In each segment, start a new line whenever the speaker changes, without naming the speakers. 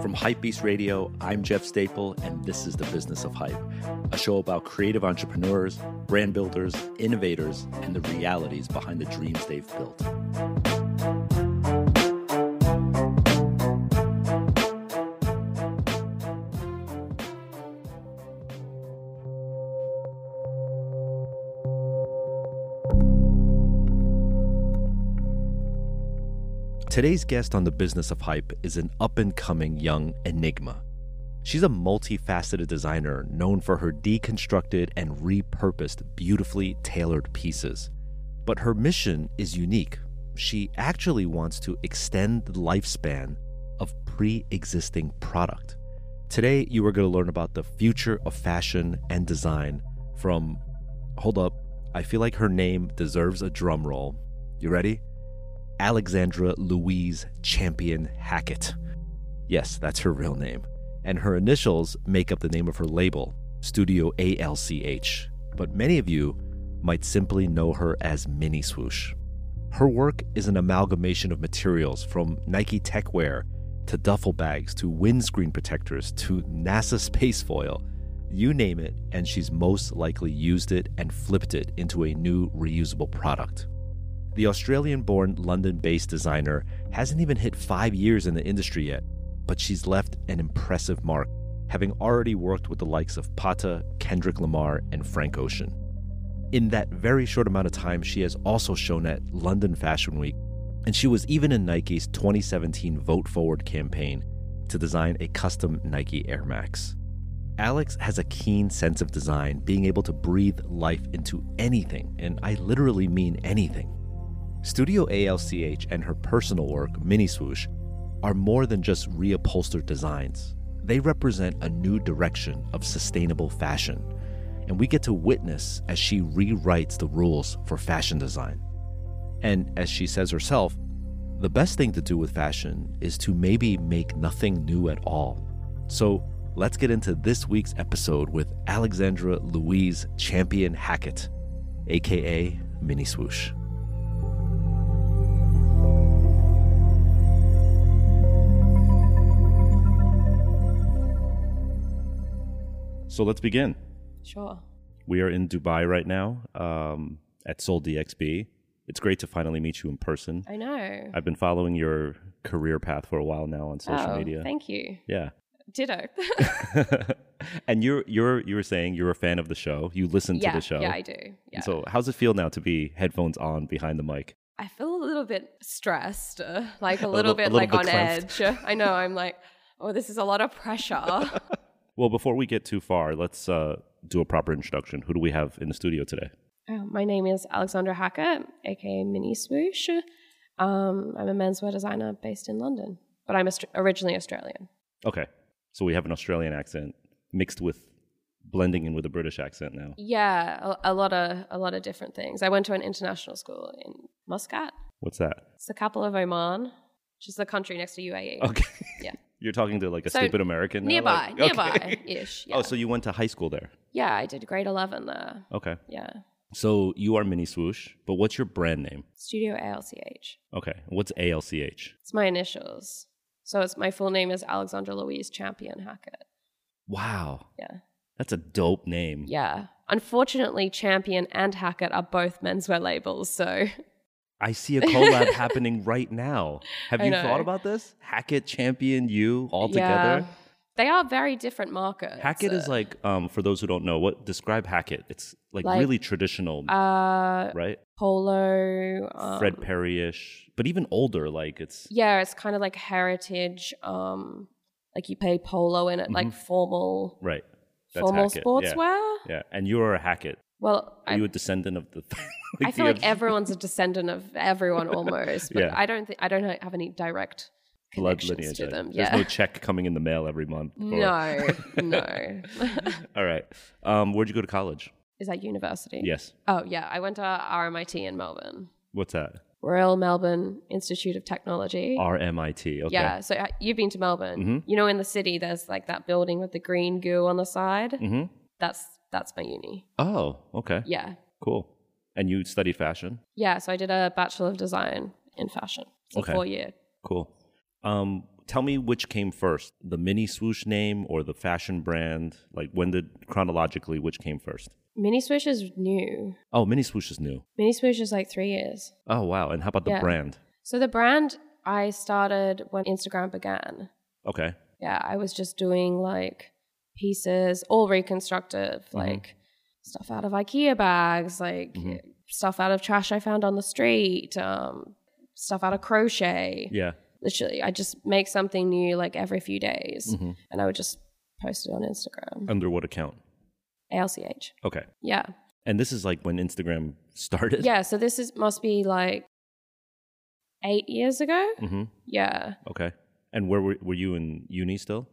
From Hypebeast Radio, I'm Jeff Staple, and this is The Business of Hype, a show about creative entrepreneurs, brand builders, innovators, and the realities behind the dreams they've built. Today's guest on the business of hype is an up and coming young enigma. She's a multifaceted designer known for her deconstructed and repurposed, beautifully tailored pieces. But her mission is unique. She actually wants to extend the lifespan of pre existing product. Today, you are going to learn about the future of fashion and design from. Hold up, I feel like her name deserves a drum roll. You ready? Alexandra Louise Champion Hackett. Yes, that's her real name. And her initials make up the name of her label, Studio ALCH. But many of you might simply know her as Mini Swoosh. Her work is an amalgamation of materials from Nike techwear to duffel bags to windscreen protectors to NASA space foil. You name it, and she's most likely used it and flipped it into a new reusable product the Australian born London based designer hasn't even hit five years in the industry yet, but she's left an impressive mark, having already worked with the likes of Pata, Kendrick Lamar, and Frank Ocean. In that very short amount of time, she has also shown at London Fashion Week, and she was even in Nike's 2017 Vote Forward campaign to design a custom Nike Air Max. Alex has a keen sense of design, being able to breathe life into anything, and I literally mean anything. Studio ALCH and her personal work, Mini Swoosh, are more than just reupholstered designs. They represent a new direction of sustainable fashion, and we get to witness as she rewrites the rules for fashion design. And as she says herself, the best thing to do with fashion is to maybe make nothing new at all. So let's get into this week's episode with Alexandra Louise Champion Hackett, aka Mini Swoosh. So let's begin.
Sure.
We are in Dubai right now um, at Seoul DXB. It's great to finally meet you in person.
I know.
I've been following your career path for a while now on social
oh,
media.
Thank you.
yeah.
Ditto.
and you're you're you were saying you're a fan of the show. You listen
yeah,
to the show.
Yeah, I do. Yeah.
And so how's it feel now to be headphones on behind the mic?
I feel a little bit stressed, uh, like a,
little-
little,
a
bit
little
like
bit
on
cramped.
edge. I know. I'm like, oh, this is a lot of pressure. Oh,
Well, before we get too far, let's uh, do a proper introduction. Who do we have in the studio today?
Oh, my name is Alexandra Hackett, aka Mini Swoosh. Um, I'm a menswear designer based in London, but I'm Aust- originally Australian.
Okay. So we have an Australian accent mixed with blending in with a British accent now.
Yeah, a, a lot of a lot of different things. I went to an international school in Muscat.
What's that?
It's the capital of Oman, which is the country next to E. UAE.
Okay.
Yeah.
You're talking to like a
So,
stupid American now,
nearby,
like-
nearby
okay.
ish. Yeah.
Oh, so you went to high school there?
yeah, I did grade eleven there.
Okay.
Yeah,
So you are Mini Swoosh, but what's your brand name?
Studio ALCH.
Okay. What's ALCH?
It's my initials. So it's my full name is Alexandra Louise Champion Hackett.
Wow.
Yeah.
That's a dope name.
Yeah. Unfortunately, Champion and Hackett are both menswear labels. So
I see a collab happening right now. Have
I
you
know.
thought about this? Hackett Champion you all
Yeah.
together.
they are very different markets.
Hackett is like um, for those who don't know, what describe Hackett? It's like,
Like-
really traditional,
uh,
right?
polo. Um,
Fred Perry-ish, but even older. Like it's
Yeah, it's kind of like heritage. Um, like you play polo in it, like formal,
right. Mm-hmm. That's
formal
Hackett.
sportswear.
Yeah. Yeah, and you are a Hackett.
Well,
Are
I,
you a descendant of the?
I feel
you
like
have
everyone's a descendant of everyone almost, but
Yeah.
I don't think I don't have any direct
blood
connections
lineage.
to
like,
them.
There's
Yeah.
no check coming in the mail every month. or-
no, no.
All right. Um, where'd you go to college?
Is that university?
Yes.
Oh yeah, I went to RMIT in Melbourne.
What's that?
Royal Melbourne Institute of Technology.
RMIT. Oh, Okay.
Yeah, so uh, you've been to Melbourne.
Mhm.
You know, in the city, there's like that building with the green goo on the side.
hmm
That's that's my uni.
Oh, okay.
Yeah,
Cool. And you studied fashion?
yeah. So I did a Bachelor of Design in Fashion. It's
Okay.
a four year.
Cool. Um, tell me which came first, the mini swoosh name or the fashion brand? Like when did chronologically which came first?
Mini Swoosh is new.
Oh, mini swoosh is new.
Mini Swoosh is like three years.
Oh wow. And how about the
Yeah.
brand?
So the brand I started when Instagram began.
Okay.
yeah, I was just doing like pieces, all reconstructive,
Mhm.
like stuff out of IKEA bags, like
Mhm.
stuff out of trash I found on the street, um, stuff out of crochet.
Yeah.
Literally, I just make something new like every few days,
Mhm.
and I would just post it on Instagram.
Under what account?
ALCH.
Okay.
Yeah,
And this is like when Instagram started.
yeah. So this is must be like eight years ago.
Mm-hmm.
Yeah.
Okay. And where were, were you in uni still?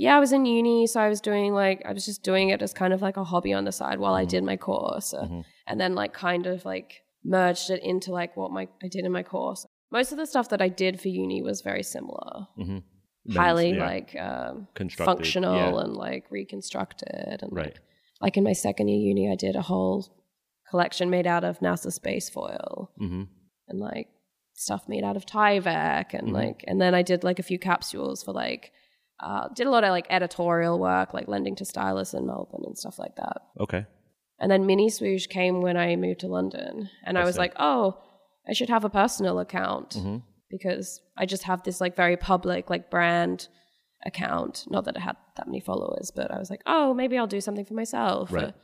yeah, I was in uni, so I was doing like I was just doing it as kind of like a hobby on the side while I
Mhm.
did my course, uh,
Mhm.
and then like kind of like merged it into like what my I did in my course. Most of the stuff that I did for uni was very similar,
Mm-hmm.
highly like um,
Constructed,
functional
yeah.
and like reconstructed, and
Right.
like, like in my second year uni, I did a whole collection made out of NASA space foil
Mm-hmm.
and like stuff made out of Tyvek and
Mhm.
like and then I did like a few capsules for like uh, did a lot of like editorial work like lending to stylists in Melbourne and stuff like that.
Okay.
And then Mini Swoosh came when I moved to London and
I
I was
see.
like, "Oh, I should have a personal account
Mm-hmm.
because I just have this like very public like brand account. Not that I had that many followers, but I was like, "Oh, maybe I'll do something for myself."
Right.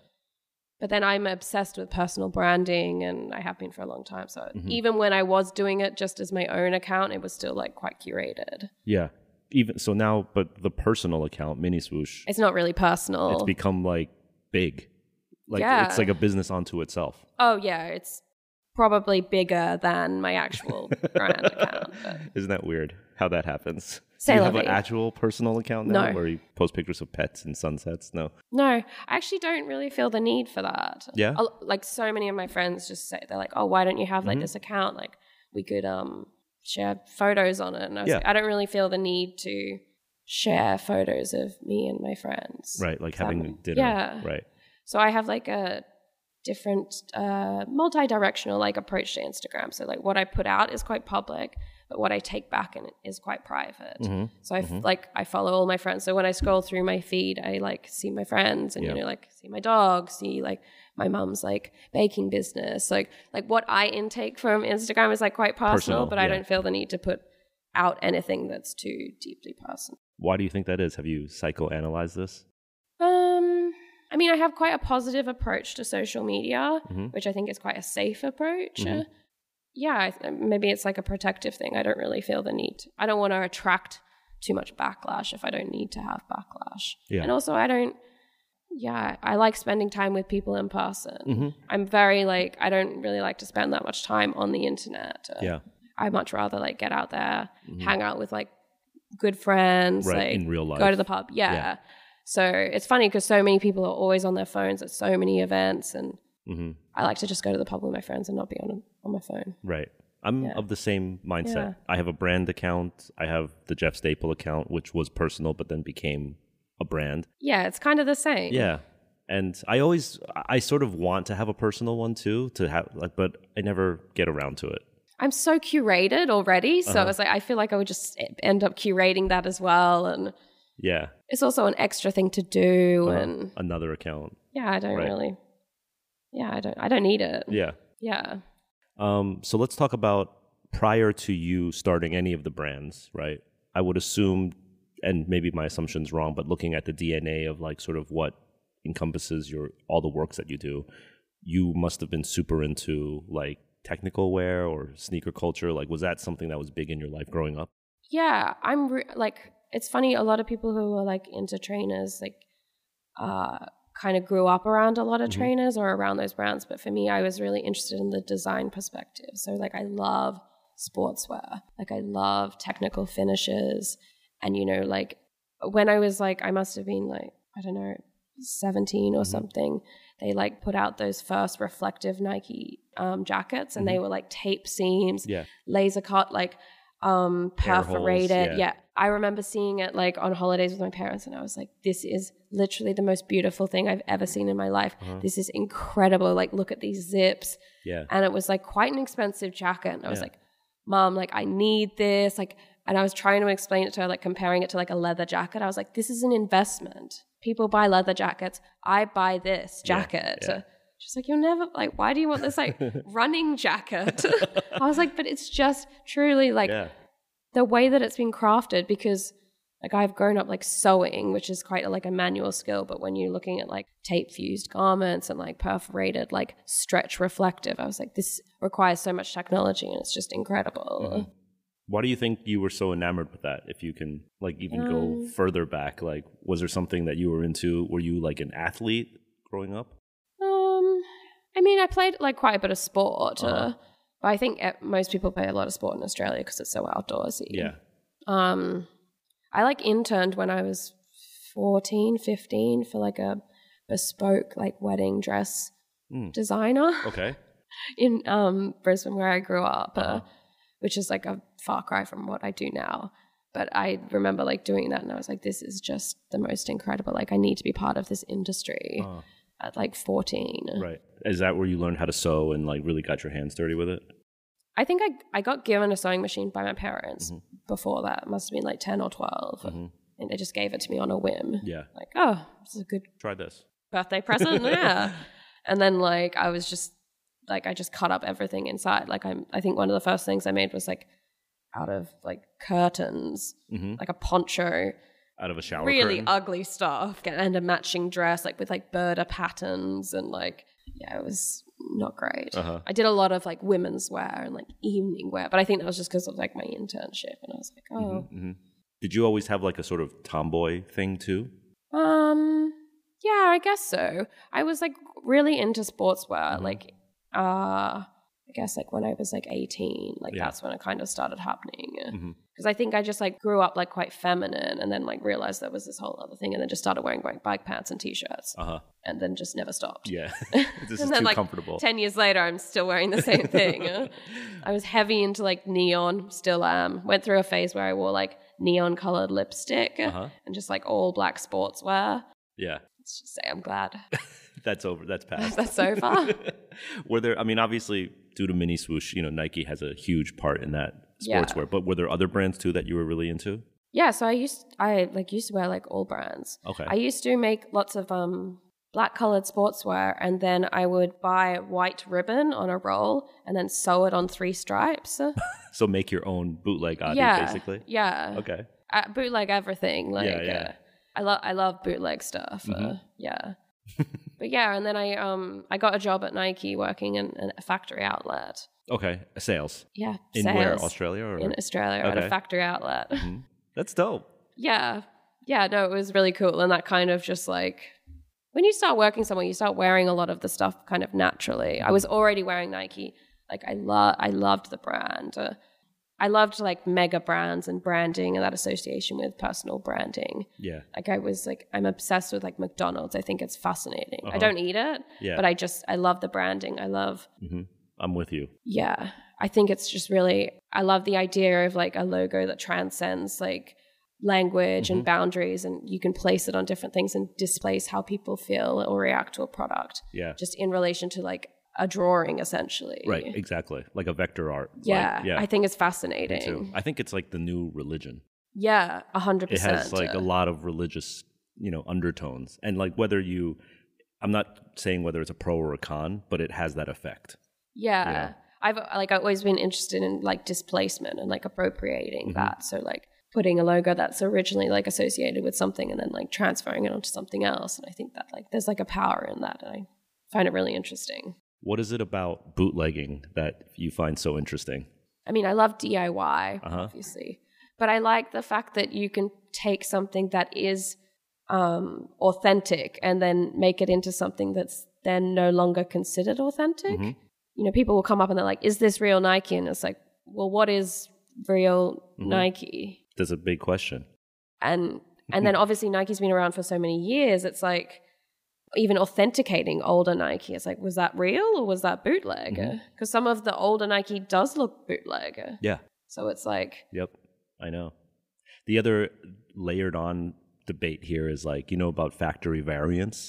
But then I'm obsessed with personal branding and I have been for a long time. So
Mhm.
even when I was doing it just as my own account, it was still like quite curated.
Yeah. Even so now, but the personal account, mini swoosh,
It's not really personal.
it's become like big. Like
Yeah.
it's like a business unto itself.
oh, yeah. It's probably bigger than my actual brand account. But
Isn't that weird how that happens?
Say
Do you have an
lovely.
actual personal account now
No.
where you post pictures of pets and sunsets? No.
no, I actually don't really feel the need for that.
Yeah?
A- Like so many of my friends just say, they're like, oh, why don't you have like
Mhm.
this account? Like we could um share photos on it. And I was
Yeah.
like, I don't really feel the need to share photos of me and my friends.
Right, like
Some-
having dinner.
yeah.
Right.
So I have like a different uh, multi-directional like approach to Instagram. So like what I put out is quite public, but what I take back in is quite private.
Mhm.
So I f- like I follow all my friends. So when I scroll through my feed, I like see my friends and
Yeah.
you know like see my dog, see like my mom's like baking business. Like like what I intake from Instagram is like quite personal,
Personal,
but
yeah.
I don't feel the need to put out anything that's too deeply personal.
Why do you think that is? Have you psychoanalyzed this?
Um, I mean, I have quite a positive approach to social media,
Mhm.
which I think is quite a safe approach.
Mhm.
Uh, yeah, I th- maybe it's like a protective thing. I don't really feel the need. I don't want to attract too much backlash if I don't need to have backlash.
Yeah.
And also, I don't. Yeah, I like spending time with people in person.
Mhm.
I'm very like I don't really like to spend that much time on the internet. Uh,
Yeah.
I much rather like get out there,
Mhm.
hang out with like good friends,
Right.
like
in real life.
go to the pub. Yeah.
Yeah.
So it's funny because so many people are always on their phones at so many events, and
hmm
I like to just go to the pub with my friends and not be on on my phone.
Right. I'm
Yeah.
of the same mindset.
Yeah.
I have a brand account. I have the Jeff Staple account, which was personal but then became a brand.
Yeah, it's kind of the same.
Yeah. And I always, I- I sort of want to have a personal one too, to have, like, but I never get around to it.
I'm so curated already, so
Uh-huh.
I was like, I feel like I would just e- end up curating that as well, and
Yeah.
it's also an extra thing to do,
Uh-huh.
and
Another account.
yeah, I don't
Right.
really. Yeah, I don't. I don't need it.
Yeah.
yeah.
Um, so let's talk about prior to you starting any of the brands, right? I would assume, and maybe my assumption's wrong, but looking at the DNA of like sort of what encompasses your all the works that you do, you must have been super into like technical wear or sneaker culture. Like, was that something that was big in your life growing up?
yeah i'm re- like it's funny a lot of people who are like into trainers like uh kind of grew up around a lot of
Mhm.
trainers or around those brands but for me i was really interested in the design perspective so like i love sportswear like i love technical finishes and you know like when i was like i must have been like i don't know 17 or
Mhm.
something they like put out those first reflective nike um, jackets and they
Mhm.
were like tape seams
Yeah.
laser cut like um
Air holes,
perforated
yeah.
yeah. i remember seeing it like on holidays with my parents and i was like this is literally the most beautiful thing i've ever seen in my life
Uh-huh.
this is incredible like look at these zips
Yeah.
and it was like quite an expensive jacket and i was
Yeah.
like mom like i need this like and i was trying to explain it to her like comparing it to like a leather jacket i was like this is an investment people buy leather jackets i buy this
Yeah,
jacket
yeah.
she's like you'll never like why do you want this like running jacket i was like but it's just truly like
yeah.
the way that it's been crafted because like I've grown up like sewing, which is quite like a manual skill, but when you're looking at like tape fused garments and like perforated like stretch reflective, I was like, this requires so much technology and it's just incredible.
Mhm. Why do you think you were so enamored with that? If you can, like, even go
Um,
further back, like, was there something that you were into? Were you like an athlete growing up?
Um, I mean, I played like quite a bit of sport, uh
Uh-huh.
but I think eh, most people play a lot of sport in Australia because it's so outdoorsy.
Yeah.
um i like interned when i was 14 15 for like a bespoke like wedding dress
Mm.
designer
Okay.
in um brisbane where i grew up
Uh-huh.
uh, which is like a far cry from what i do now but i remember like doing that and i was like this is just the most incredible like i need to be part of this industry
Uh,
at like 14
right. Is that where you learned how to sew and like really got your hands dirty with it?
i think i i got given a sewing machine by my parents
Mhm.
before that It must have been like 10 or 12
Mhm.
and they just gave it to me on a whim
Yeah.
like, oh, this is a good
Try this.
birthday present. yeah. And then like I was just like I just cut up everything inside. Like I'm I think one of the first things I made was like out of like curtains,
hmm
like a poncho,
Out of a shower.
really
curtain?
ugly stuff, and a matching dress, like with like birder patterns and like yeah, it was not great.
Uh-huh.
I did a lot of like women's wear and like evening wear, but I think that was just because of like my internship, and I was like, oh,
Mhm, mhm. Did you always have like a sort of tomboy thing too?
Um, yeah, I guess so. I was like really into sportswear,
Mhm.
like uh I guess like when I was like 18, like
Yeah.
that's when it kind of started happening.
Mhm.
Cuz I think I just like grew up like quite feminine and then like realized there was this whole other thing and then just started wearing like bike pants and t-shirts
Uh huh.
and then just never stopped.
Yeah. this is
And then,
too
like,
comfortable.
10 years later I'm still wearing the same thing. Uh, I was heavy into like neon, still am. Went through a phase where I wore like neon colored lipstick
uh huh.
and just like all black sportswear.
Yeah.
Let's just say I'm glad
That's over. That's past.
that's over.
were there? I mean, obviously, due to Mini Swoosh, you know, Nike has a huge part in that
Yeah.
sportswear. But were there other brands too that you were really into?
yeah, so I used I like used to wear like all brands.
Okay.
I used to make lots of um black colored sportswear and then I would buy white ribbon on a roll and then sew it on three stripes.
so make your own bootleg Adi,
yeah.
basically.
Yeah. Okay.
Okay.
Uh, bootleg everything like
yeah.
Uh, I love I love bootleg stuff. Uh,
Mhm.
yeah. but yeah, and then I um I got a job at Nike working in, in a factory outlet.
Okay. Sales
Yeah,
in
sales
where Australia or?
in Australia at
Okay.
a factory outlet.
Mhm. That's dope.
yeah yeah no it was really cool and that kind of just like when you start working somewhere you start wearing a lot of the stuff kind of naturally i was already wearing nike like i love i loved the brand Uh, i loved like mega brands and branding and that association with personal branding
Yeah.
like i was like i'm obsessed with like mcdonald's i think it's fascinating
Uh-huh.
i don't eat it
Yeah.
but i just i love the branding i love
hmm I'm with you.
yeah i think it's just really i love the idea of like a logo that transcends like language
Mm-hmm.
and boundaries and you can place it on different things and displace how people feel or react to a product
Yeah.
just in relation to like a drawing essentially
Right. Exactly. Like a vector art. Like,
yeah,
yeah.
i think it's
Me too.
fascinating
I think it's like the new religion.
yeah 100%
It has like a lot of religious, you know, undertones. And like whether you I'm not saying whether it's a pro or a con, but it has that effect.
yeah.
Yeah.
i've uh, like i've always been interested in like displacement and like appropriating that so like putting a logo that's originally like associated with something and then like transferring it onto something else and i think that like there's like a power in that and i find it really interesting
What is it about bootlegging that you find so interesting?
i mean i love diy
Uh-huh.
obviously but i like the fact that you can take something that is um authentic and then make it into something that's then no longer considered authentic
Mhm.
you know, people will come up and they're like, is this real Nike? And it's like, well, what is real
Mhm.
Nike?
That's a big question.
And and then obviously Nike's been around for so many years, it's like even authenticating older Nike. It's like, was that real or was that bootleg? Because
Mhm.
some of the older Nike does look bootleg.
Yeah.
So it's like,
Yep, I know. The other layered on debate here is like, you know, about factory variants.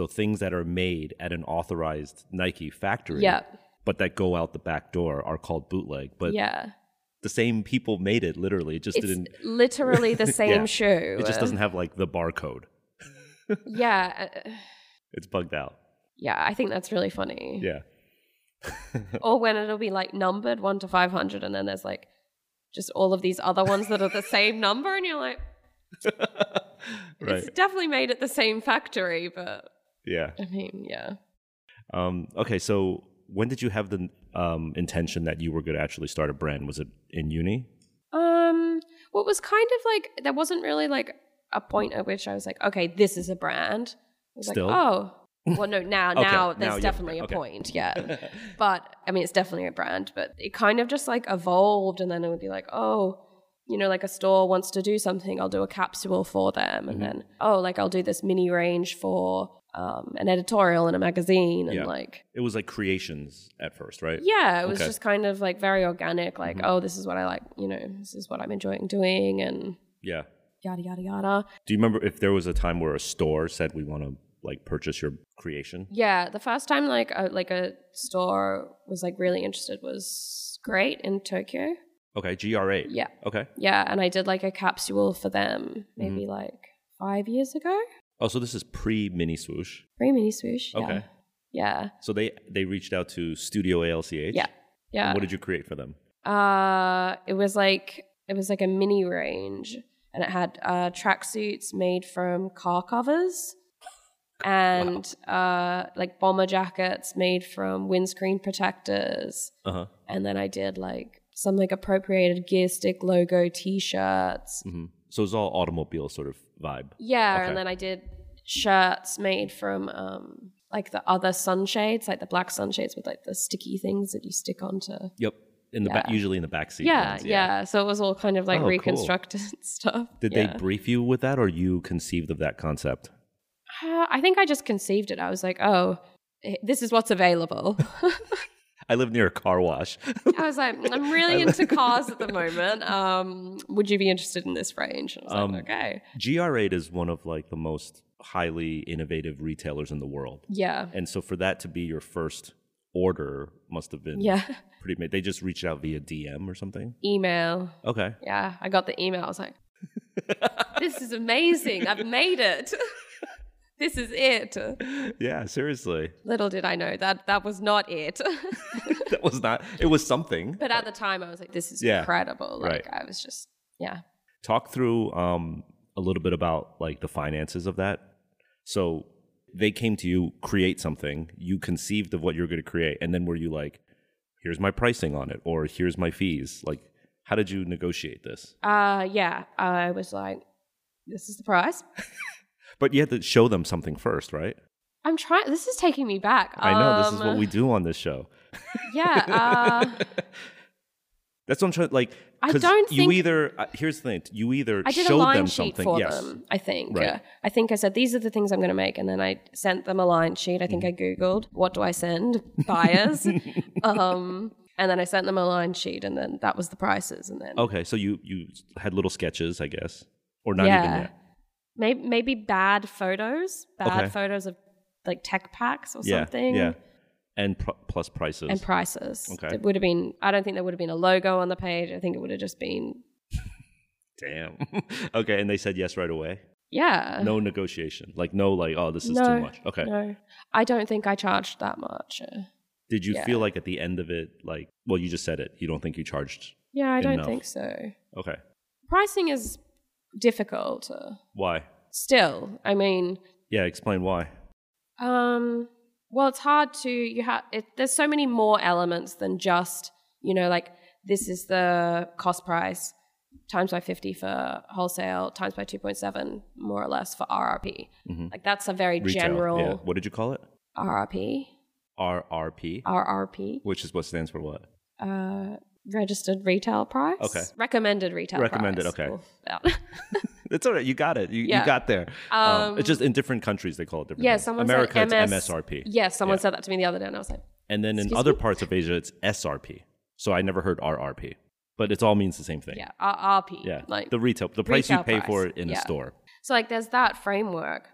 So things that are made at an authorized Nike factory,
yeah,
but that go out the back door are called bootleg. But
yeah.
the same people made it literally. It just
It's
didn't,
literally the same
Yeah.
shoe. uh,
it just doesn't have like the barcode.
Yeah. uh,
It's bugged out.
Yeah, I think that's really funny.
Yeah.
Or when it'll be like numbered one to 500, and then there's like just all of these other ones that are the same number, and you're like,
right.
it's definitely made at the same factory, but
Yeah.
I mean, yeah.
Um, okay. So when did you have the um, intention that you were going to actually start a brand? Was it in uni?
Um, what was kind of like there wasn't really like a point at which I was like, okay, this is a brand. It was
Still?
like, oh, well, no, now,
Okay,
now
now you
there's
have a
definitely
brand, okay.
a point, yeah. but I mean, it's definitely a brand, but it kind of just like evolved, and then it would be like, oh, you know, like a store wants to do something, I'll do a capsule for them, and
Mhm.
then oh, like I'll do this mini range for um, an editorial in a magazine, and
Yeah.
like
It was like creations at first, right?
yeah, it was
Okay.
just kind of like very organic, like,
Mhm.
oh, this is what I like, you know, this is what I'm enjoying doing and
Yeah.
yada yada yada.
Do you remember if there was a time where a store said we want to like purchase your creation?
Yeah, the first time like a, like a store was like really interested was great in Tokyo.
Okay, GRA.
Yeah.
Okay.
Yeah, and I did like a capsule for them maybe
Mm-hmm.
like 5 years ago.
Oh, so this is pre Mini Swoosh.
Very mini swoosh. Yeah.
Okay.
Yeah.
So they they reached out to Studio ALCH.
Yeah. Yeah.
And what did you create for them?
Uh, it was like it was like a mini range, and it had uh, tracksuits made from car covers, and uh, like bomber jackets made from windscreen protectors.
Uh huh.
And then I did like some like appropriated gear stick logo T-shirts.
hmm So it's all automobile sort of vibe.
Yeah,
Okay.
and then I did shirts made from um, like the other sunshades, like the black sunshades with like the sticky things that you stick onto.
Yep. In the ba-
Yeah.
usually in the backseat.
Yeah,
ones,
yeah, So it was all kind of like
Oh, cool.
reconstructed stuff.
Did
Yeah.
they brief you with that, or you conceived of that concept?
Uh, I think I just conceived it. I was like, oh, eh, this is what's available.
I live near a car wash.
I was like, "Mm, I'm really into cars at the moment. Um, would you be interested in this range? And I was
Um,
like, okay,
GR8 is one of like the most highly innovative retailers in the world.
yeah,
And so for that to be your first order must have been
yeah.
pretty ma- they just reached out via DM or something.
Email.
Okay.
Yeah, I got the email. I was like, this is amazing. I've made it. This is it.
yeah, seriously.
Little did I know that that was not it.
That was not it was something.
but at the time, I was like, this is
Yeah,
incredible. Like,
right.
I was just, yeah.
Talk through um a little bit about like the finances of that. So they came to you create something, you conceived of what you're going to create and then were you like here's my pricing on it or here's my fees? Like how did you negotiate this?
Uh, yeah, I was like, this is the price.
But you had to show them something first, right?
I'm trying. This is taking me back.
I know this is
Um,
what we do on this show.
Yeah. Uh,
That's what I'm trying. Like,
I
'cause
don't
you
think-
either. Uh, here's the thing: you either
I did a
showed
line
them
sheet
something.
for
yes.
them. I think.
Right.
Yeah. I think I said these are the things I'm going to make, and then I sent them a line sheet. I think I
Mm-hmm.
googled what do I send buyers, um, and then I sent them a line sheet, and then that was the prices, and then
Okay, so you you had little sketches, I guess, or not even
Yeah.
yet.
maybe maybe bad photos, bad
Okay.
photos of like tech packs or
Yeah,
something.
yeah, and pr- plus prices.
and prices.
Okay.
It would have been. I don't think there would have been a logo on the page. I think it would have just been.
Damn. okay, and they said yes right away.
Yeah.
No negotiation. Like no, like oh, this is
Uh-huh. No,
too much. Okay.
No, I don't think I charged that much. Uh,
Did you
Yeah.
feel like at the end of it, like well, you just said it. You don't think you charged.
Yeah, I don't
Enough.
think so.
Okay.
Pricing is difficult. uh,
Why?
Still, I mean,
Yeah. Explain why.
um, well, it's hard to you have. There's so many more elements than just you know, like this is the cost price times by 50 for wholesale times by 2.7 more or less for RRP.
Mhm.
Like that's a very
Retail,
general
Yeah. What did you call it?
RRP,
RRP,
Uh. RRP,
which is what stands for what?
uh, registered retail price.
Okay.
Recommended retail
Recommended,
price.
okay.
Oof, yeah.
It's all right. You got it. You, you
Yeah.
got there.
Um,
it's just in different countries they call it different.
Yeah,
things.
someone
America
said MS,
it's MSRP.
Yeah, someone
Yeah.
said that to me the other day, and I was like,
And then in
Excuse
other
me?
parts of Asia it's SRP. So I never heard RRP, but it all means the same thing.
yeah, R- RP.
Yeah.
Like,
the retail, the price you
retail
pay for
price.
it in a
Yeah.
store.
so like, there's that framework,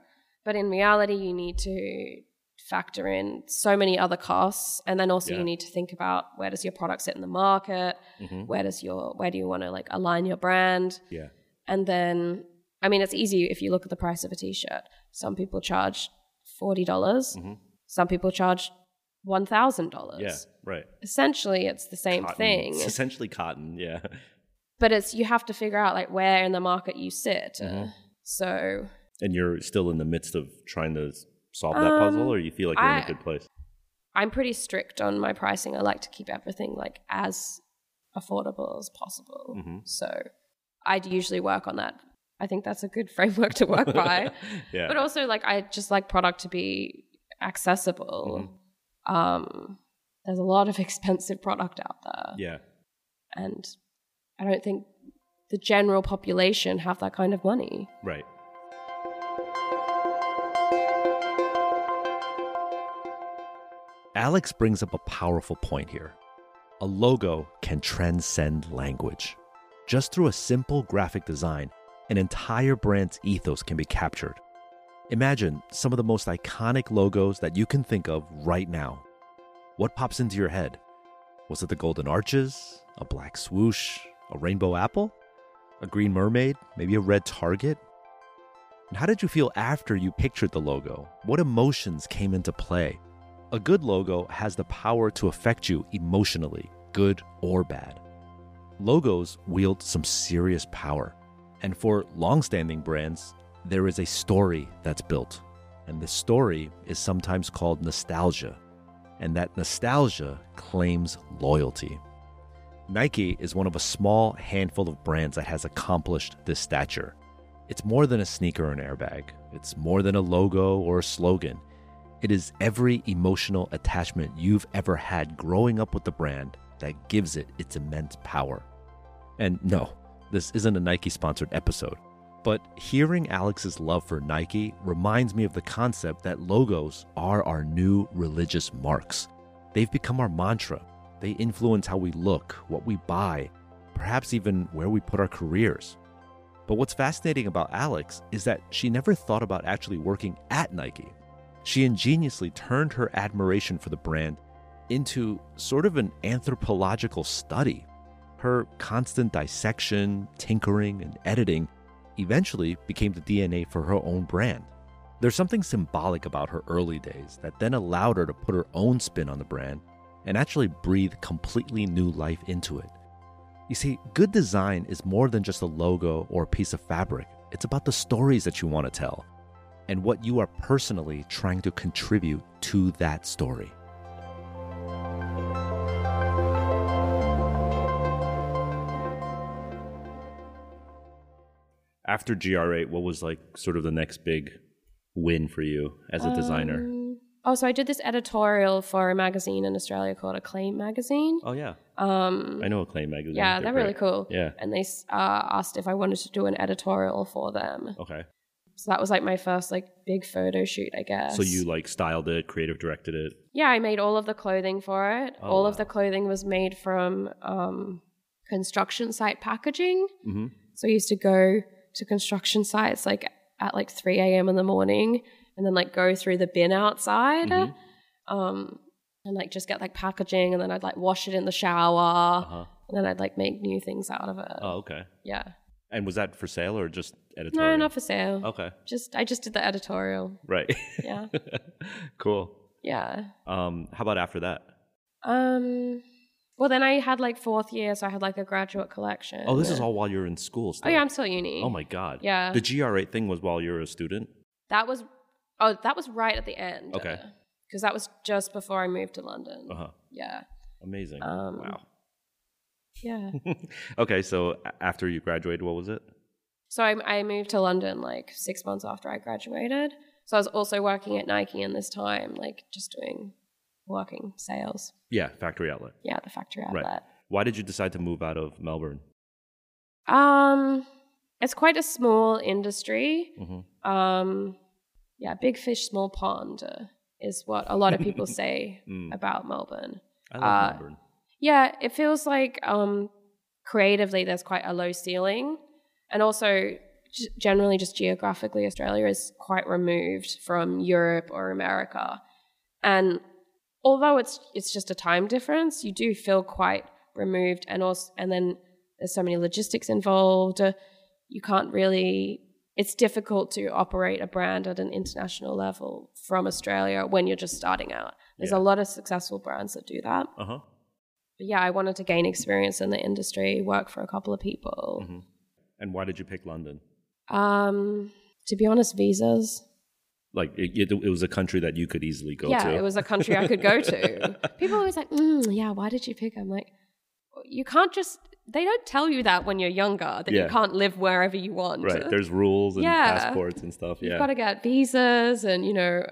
but in reality, you need to factor in so many other costs, and then also
Yeah.
you need to think about where does your product sit in the market,
hmm
where does your where do you want to like align your brand,
Yeah.
and then I mean, it's easy if you look at the price of a t-shirt. Some people charge forty dollars,
Mhm.
some people charge one thousand
Yeah.
dollars.
Right.
Essentially, it's the same
Cotton.
thing.
It's essentially cotton. Yeah.
but it's you have to figure out like where in the market you sit.
Mm-hmm.
So
And you're still in the midst of trying to s- solve that puzzle, or you feel like you're in a
Um, I-
good place?
I'm pretty strict on my pricing. I like to keep everything like as affordable as possible.
Mhm.
So I'd usually work on that. I think that's a good framework to work by.
yeah.
But also like I just like product to be accessible.
Mm-hmm.
Um there's a lot of expensive product out there.
yeah.
And I don't think the general population have that kind of money.
Right. Alex brings up a powerful point here. A logo can transcend language. Just through a simple graphic design, an entire brand's ethos can be captured. Imagine some of the most iconic logos that you can think of right now. What pops into your head? Was it the golden arches, a black swoosh, a rainbow apple? a green mermaid, maybe a red target? And how did you feel after you pictured the logo? What emotions came into play? A good logo has the power to affect you emotionally, good or bad. Logos wield some serious power, and for long-standing brands, there is a story that's built. And this story is sometimes called nostalgia, and that nostalgia claims loyalty. Nike is one of a small handful of brands that has accomplished this stature. It's more than a sneaker or an airbag, it's more than a logo or a slogan. It is every emotional attachment you've ever had growing up with the brand that gives it its immense power. And no, this isn't a Nike sponsored episode, but hearing Alex's love for Nike reminds me of the concept that logos are our new religious marks. They've become our mantra. They influence how we look, what we buy, perhaps even where we put our careers. But what's fascinating about Alex is that she never thought about actually working at Nike. She ingeniously turned her admiration for the brand into sort of an anthropological study. Her constant dissection, tinkering, and editing eventually became the DNA for her own brand. There's something symbolic about her early days that then allowed her to put her own spin on the brand and actually breathe completely new life into it. You see, good design is more than just a logo or a piece of fabric, it's about the stories that you want to tell and what you are personally trying to contribute to that story. After GR8, what was like sort of the next big win for you as a designer?
Um, oh, so I did this editorial for a magazine in Australia called Acclaim Magazine.
Oh yeah,
Um,
I know Acclaim magazine.
yeah, they're, really
great.
cool.
Yeah.
And they s- uh, asked if I wanted to do an editorial for them.
Okay.
So that was like my first like big photo shoot, I guess.
So you like styled it, creative directed it.
Yeah, I made all of the clothing for it.
Oh,
all
wow.
of the clothing was made from um, construction site packaging.
Mm-hmm.
So I used to go to construction sites like at like 3 a.m. in the morning and then like go through the bin outside
Mhm.
um, and like just get like packaging and then I'd like wash it in the shower
Uh-huh.
and then I'd like make new things out of it.
Oh, okay.
Yeah.
And was that for sale or just editorial? Oh.
No, not for sale.
Okay.
Just I just did the editorial.
Right.
Yeah.
cool.
yeah.
Um, how about after that?
Um well then I had like fourth year so I had like a graduate collection.
Oh, this is all while you're in school.
Oh
Still.
yeah, I'm still at uni.
Oh my god.
Yeah.
The GR8 thing was while you were a student.
That was oh, that was right at the end.
Okay.
Because that was just before I moved to London.
Uh huh.
Yeah.
Amazing.
Um,
wow.
Yeah.
okay, so a- after you graduated, what was it?
so I, I moved to London like six months after I graduated. So I was also working at Nike in this time, like just doing working sales.
Yeah, factory outlet.
Yeah, the factory
Right.
outlet.
Why did you decide to move out of Melbourne?
Um, it's quite a small industry.
Mhm.
Um, yeah, big fish, small pond uh, is what a lot of people say
Mm.
about Melbourne.
I love
uh,
Melbourne.
Yeah, it feels like um, creatively there's quite a low ceiling, and also g- generally just geographically, Australia is quite removed from Europe or America, and although it's it's just a time difference, you do feel quite removed, and also and then there's so many logistics involved. Uh, You can't really. It's difficult to operate a brand at an international level from Australia when you're just starting out. There's
Yeah.
a lot of successful brands that do that
Uh huh.
but yeah, I wanted to gain experience in the industry, work for a couple of people.
Mhm. And why did you pick London?
Um, to be honest, visas.
Like it, it, it was a country that you could easily go
yeah,
to.
it was a country I could go to. People are always like, mm, yeah, why did you pick? I'm like, you can't just. They don't tell you that when you're younger that
Yeah.
you can't live wherever you want.
right. There's rules and
Yeah.
passports and stuff.
You've
Yeah.
got to get visas, and you know,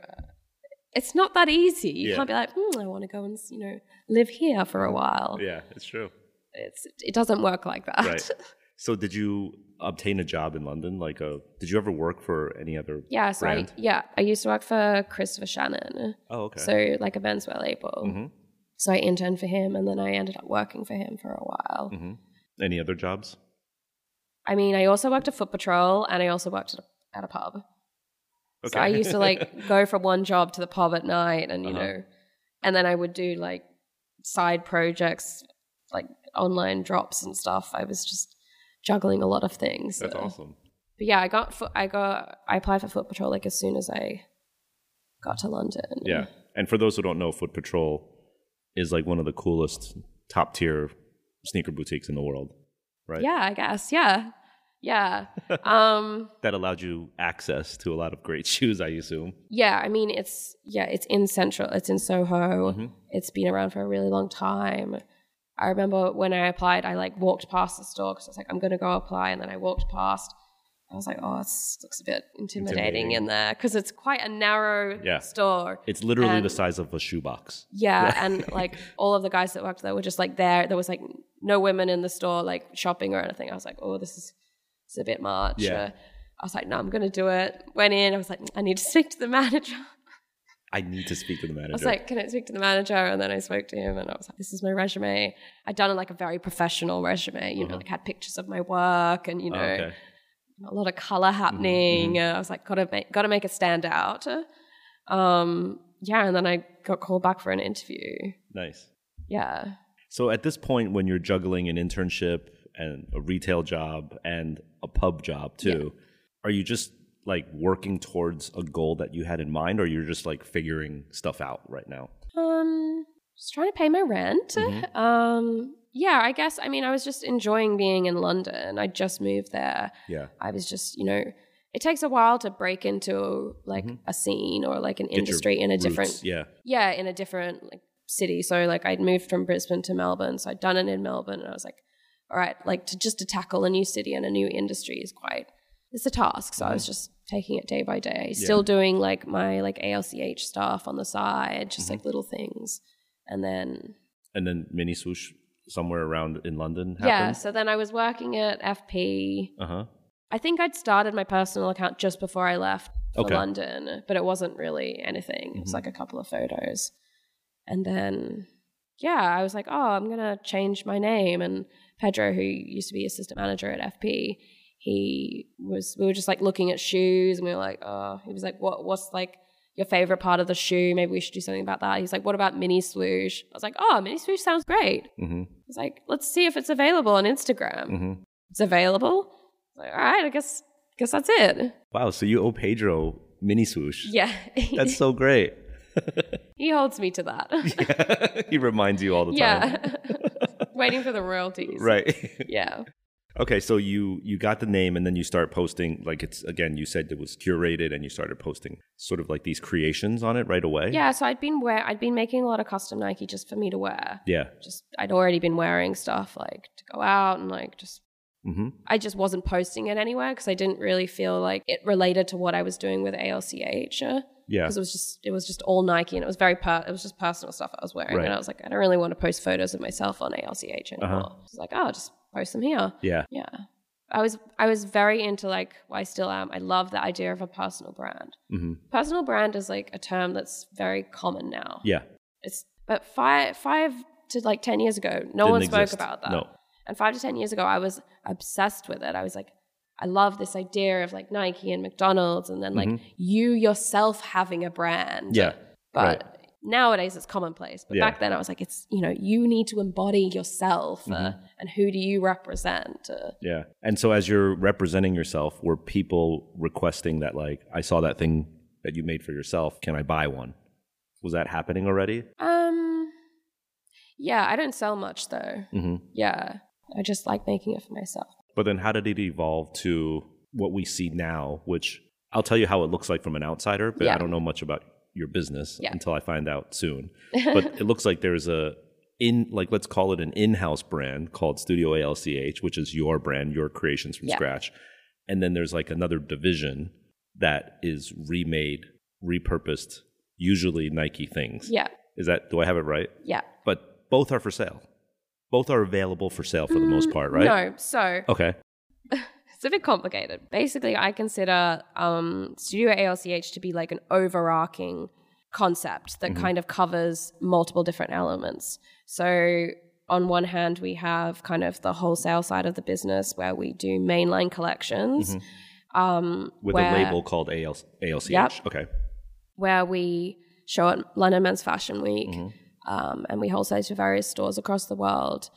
it's not that easy.
Yeah.
You
Mm-hmm.
can't be like, mm, I want to go and you know live here for a while.
yeah, it's true.
It's it doesn't work like that.
Right. So did you obtain a job in London? Like a did you ever work for any other
yeah, so I,
Brand.
yeah, I used to work for Christopher Shannon.
Oh, okay.
So like a menswear label.
Mhm.
So I interned for him and then I ended up working for him for a while.
hmm Any other jobs?
I mean, I also worked at Foot Patrol and I also worked at a, at a pub. So I used to like go from one job to the pub at night and you
Uh-huh.
know and then I would do like side projects like online drops and stuff. I was just juggling a lot of things.
That's
Uh,
awesome.
But yeah, I got Foot- I got I applied for Foot Patrol like as soon as I got to London.
Yeah. And for those who don't know, Foot Patrol is like one of the coolest top tier sneaker boutiques in the world, right?
Yeah, I guess. Yeah. Yeah. um
That allowed you access to a lot of great shoes, I assume.
yeah, I mean it's yeah, it's in central, it's in Soho.
Mhm.
It's been around for a really long time. I remember when I applied, I like walked past the store cuz I was like I'm going to go apply and then I walked past. I was like, "Oh, this looks a bit intimidating,
Intimidating.
in there cuz it's quite a narrow
Yeah.
store."
It's literally the
And-
size of a shoebox.
Yeah, and like all of the guys that worked there were just like there. There was like no women in the store, like shopping or anything. I was like, oh, this is it's a bit much.
Yeah.
Uh, I was like, no, I'm gonna do it. Went in. I was like, I need to speak to the manager.
I need to speak to the manager.
I was like, can I speak to the manager? And then I spoke to him, and I was like, this is my resume. I'd done like a very professional resume. You know,
Mhm.
like had pictures of my work, and you
Oh,
know,
okay.
a lot of color happening. Uh, I was like, gotta make, gotta make it stand out. Um, yeah, and then I got called back for an interview.
Nice.
Yeah.
So at this point, when you're juggling an internship and a retail job and a pub job too, are you just like working towards a goal that you had in mind, or you're just like figuring stuff out right now?
Um, just trying to pay my rent.
Mhm.
Um, yeah, I guess. I mean, I was just enjoying being in London. I just moved there.
Yeah,
I was just, you know, it takes a while to break into like
Mhm.
a scene or like an
your
industry in a
Roots,
different,
Yeah,
yeah, in a different like city. So like I'd moved from Brisbane to Melbourne, so I'd done it in Melbourne, and I was like, all right, like to just to tackle a new city and a new industry is quite it's a task.
Mm-hmm.
So I was just taking it day by day, still doing like my like ALCH stuff on the side,
Mm-hmm.
just like little things, and then
and then mini swoosh somewhere around in London.
yeah.
Happened?
So then I was working at FP.
Uh huh.
I think I'd started my personal account just before I left for
Okay.
London, but it wasn't really anything. It was
Mhm.
like a couple of photos. And then, yeah, I was like, oh, I'm going to change my name. And Pedro, who used to be assistant manager at FP, he was, we were just like looking at shoes and we were like, oh, he was like, what, what's like your favorite part of the shoe? Maybe we should do something about that. He's like, what about mini swoosh? I was like, oh, mini swoosh sounds great. I
Mm-hmm.
was like, let's see if it's available on Instagram
Mm-hmm.
it's available. Like, all right, I guess guess that's it.
Wow. So you owe Pedro mini swoosh.
Yeah.
That's so great.
he holds me to that.
he reminds you all the time.
yeah. Waiting for the royalties.
Right.
Yeah.
Okay, so you you got the name and then you start posting like it's again you said it was curated and you started posting sort of like these creations on it right away.
Yeah, so I'd been wear I'd been making a lot of custom Nike just for me to wear.
Yeah.
Just I'd already been wearing stuff like to go out and like just
Mhm.
I just wasn't posting it anywhere because I didn't really feel like it related to what I was doing with ALCH. uh,
Yeah.
because it was just it was just all Nike and it was very per- it was just personal stuff I was wearing
Right.
and I was like I don't really want to post photos of myself on ALCH anymore.
Uh-huh.
I was like oh just post them here.
Yeah.
Yeah. I was I was very into like well, I still am. I love the idea of a personal brand.
hmm
Personal brand is like a term that's very common now.
Yeah.
It's but five five to like ten years ago, no
Didn't
one spoke
exist.
about that.
No.
And five to ten years ago, I was obsessed with it. I was like, I love this idea of like Nike and McDonald's, and then like
Mhm.
you yourself having a brand.
Yeah.
But
right.
nowadays it's commonplace. But
Yeah.
back then I was like, it's you know you need to embody yourself, uh,
Mm-hmm.
and who do you represent? Uh,
Yeah. And so as you're representing yourself, were people requesting that like I saw that thing that you made for yourself, can I buy one? Was that happening already?
Um, yeah, I don't sell much though.
Mm-hmm.
Yeah, I just like making it for myself.
But then how did it evolve to what we see now, which I'll tell you how it looks like from an outsider, but I
Yeah.
don't know much about your business
Yeah.
until I find out soon. But it looks like there's a in like let's call it an in-house brand called Studio ALCH, which is your brand, your creations from
Yeah.
scratch. And then there's like another division that is remade, repurposed, usually Nike things.
Yeah,
Is that do I have it right?
yeah.
But both are for sale. Both are available for sale for the most part, right?
Mm, No, so
Okay.
it's a bit complicated. Basically, I consider um, Studio ALCH to be like an overarching concept that kind of covers multiple different elements. So, on one hand, we have kind of the wholesale side of the business where we do mainline collections. Um,
with
where,
a label called AL, ALCH.
Yep.
Okay.
where we show at London Men's Fashion Week, um, and we wholesale to various stores across the world.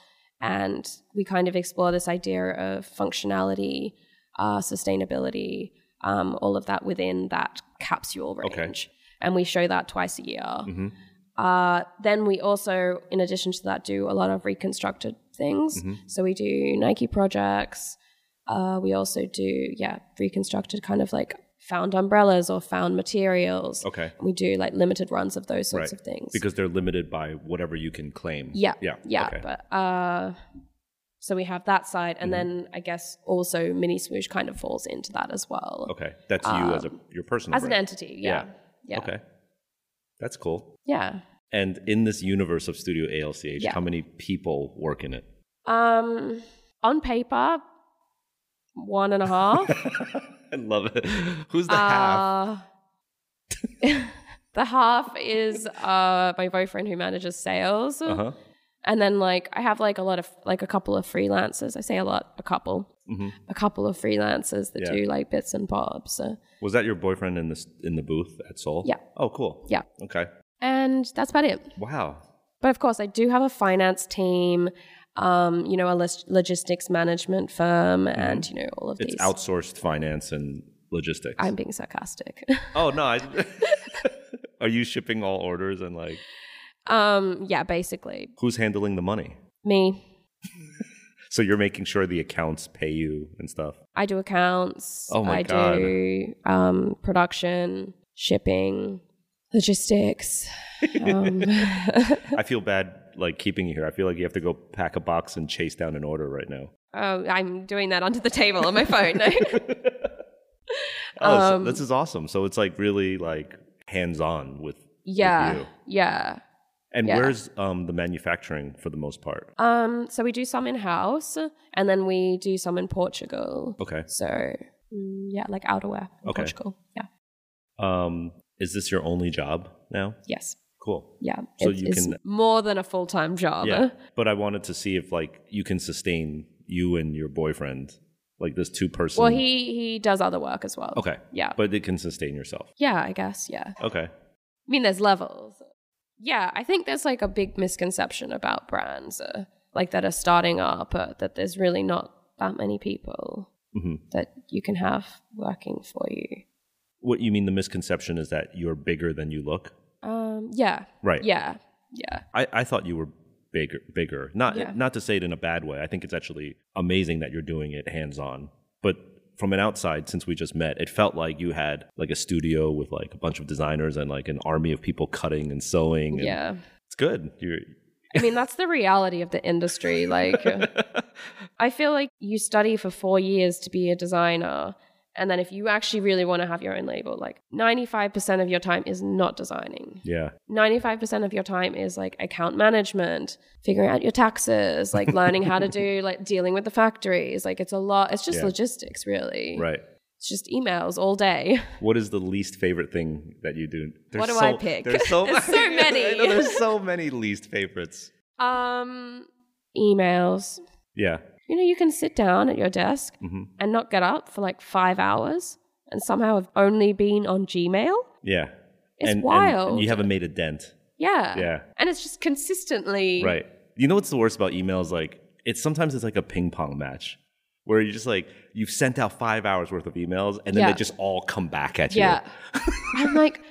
And we kind of explore this idea of functionality, uh, sustainability, um, all of that within that capsule range.
Okay.
And we show that twice a year.
Mhm.
Uh, then we also, in addition to that, do a lot of reconstructed things. So we do Nike projects. Uh, we also do, yeah, reconstructed kind of like found umbrellas or found materials.
Okay.
We do like limited runs of those sorts
Right.
of things.
Because they're limited by whatever you can claim.
yeah,
Yeah.
yeah.
Okay.
But uh, so we have that side, and
Mm-hmm.
then I guess also mini swoosh kind of falls into that as well
okay. That's you as a your personal
Uh, as an
brand.
entity. Yeah, yeah,
Okay. That's cool.
yeah.
And in this universe of Studio ALCH,
Yeah.
how many people work in it?
Um, on paper, one and a half.
I love it. Who's the half?
Uh, the half is uh, my boyfriend who manages sales.
Uh huh.
And then like I have like a lot of like a couple of freelancers. I say a lot, a couple.
Mhm.
A couple of freelancers that
Yeah.
do like bits and bobs. So,
Was that your boyfriend in the in the booth at Seoul?
Yeah.
Oh, cool.
Yeah.
Okay.
and that's about it.
Wow.
But of course, I do have a finance team, um, you know, a log- logistics management firm and you know all of
Mm-hmm. It's
these.
outsourced finance and logistics.
I'm being sarcastic.
oh no. I, are you shipping all orders and like
um, yeah, basically.
who's handling the money?
Me.
So you're making sure the accounts pay you and stuff.
I do accounts.
Oh my
I
God.
do um, production, shipping, logistics. Um,
I feel bad like keeping you here. I feel like you have to go pack a box and chase down an order right now.
oh, I'm doing that under the table on my phone.
Oh, so
Um,
this is awesome. So it's like really like hands on with
yeah,
you.
yeah.
and
Yeah.
where's um the manufacturing for the most part?
Um, so we do some in house, and then we do some in Portugal.
Okay.
So mm, yeah, like outerwear in
Okay.
Portugal. Yeah.
Um is this your only job now?
Yes.
Cool.
Yeah.
So
It
you
is
can-
more than a full time job.
Yeah. But I wanted to see if like you can sustain you and your boyfriend like this two person
Well, he he does other work as well.
Okay.
Yeah.
But it can sustain yourself.
yeah, I guess. Yeah.
Okay.
I mean, there's levels. Yeah, I think there's like a big misconception about brands, uh, like that are starting up, uh, that there's really not that many people
Mhm.
that you can have working for you.
What you mean the misconception is that you're bigger than you look?
Um, yeah,
Right.
yeah, yeah,
I, I thought you were bigger bigger. Not
Yeah.
not to say it in a bad way. I think it's actually amazing that you're doing it hands on. But from an outside, since we just met, it felt like you had like a studio with like a bunch of designers and like an army of people cutting and sewing. And
yeah.
It's good. You're
I mean, that's the reality of the industry. Like, I feel like you study for four years to be a designer, And then if you actually really want to have your own label, like 95% of your time is not designing.
Yeah.
95% of your time is like account management, figuring out your taxes, like learning how to do like dealing with the factories. Like it's a lot, it's just
Yeah.
logistics really.
Right.
It's just emails all day.
What is the least favorite thing that you do?
What do I pick?
There's so,
There's so many.
I know there's so many least favorites.
Um emails.
Yeah.
You know, you can sit down at your desk
Mm-hmm.
hmm
and not get up for like 5 hours and somehow have only been on Gmail.
Yeah.
It's
and, and-
wild.
And, you haven't made a dent.
Yeah.
Yeah.
And it's just consistently
Right. You know what's the worst about emails? Like it's sometimes it's like a ping pong match where you're just like you've sent out five hours worth of emails and then
Yeah.
they just all come back at you.
Yeah. I'm like,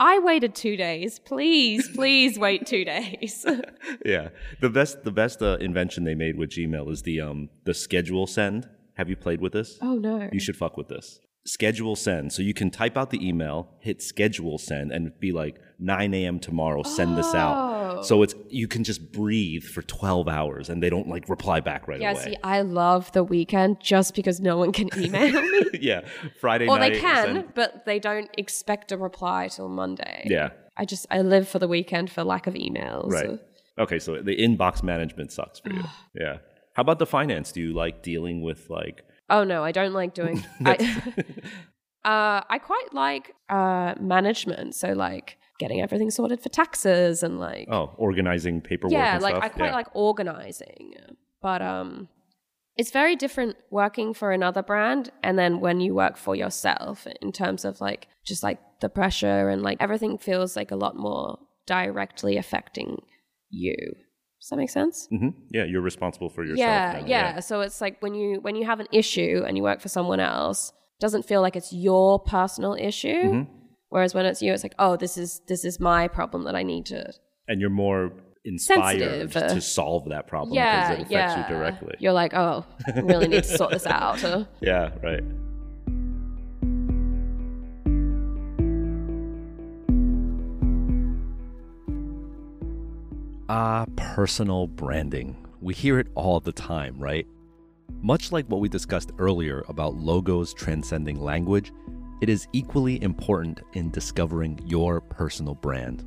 I waited two days. Please, please wait two days.
yeah. The best the best uh, invention they made with Gmail is the um the schedule send. Have you played with this?
oh no.
You should fuck with this. Schedule send. So you can type out the email, hit schedule send, and be like 9 a.m. tomorrow, send this
Oh.
out. So it's you can just breathe for 12 hours and they don't like reply back right
yeah,
away.
see, I love the weekend just because no one can email me.
yeah. Friday
or
night.
they can,
send-
but they don't expect a reply till Monday.
yeah.
I just I live for the weekend for lack of emails.
Right. Okay, so the inbox management sucks for you. yeah. How about the finance? Do you like dealing with like
Oh no, I don't like doing I, uh I quite like uh management. So like getting everything sorted for taxes and like
oh, organizing paperwork
yeah
and
like
stuff?
i quite
Yeah.
like organizing but um it's very different working for another brand and then when you work for yourself in terms of like just like the pressure and like everything feels like a lot more directly affecting you does that make sense
Mhm. Yeah, you're responsible for yourself.
yeah,
now,
yeah so it's like when you when you have an issue and you work for someone else it doesn't feel like it's your personal issue
Mm-hmm.
whereas when it's you it's like oh this is this is my problem that i need to
and you're more inspired
Sensitive. uh,
to solve that problem because it affects you directly.
You're like, oh, I really need to sort this out.
yeah, right. Ah, personal branding. We hear it all the time, right? Much like what we discussed earlier about logos transcending language, it is equally important in discovering your personal brand.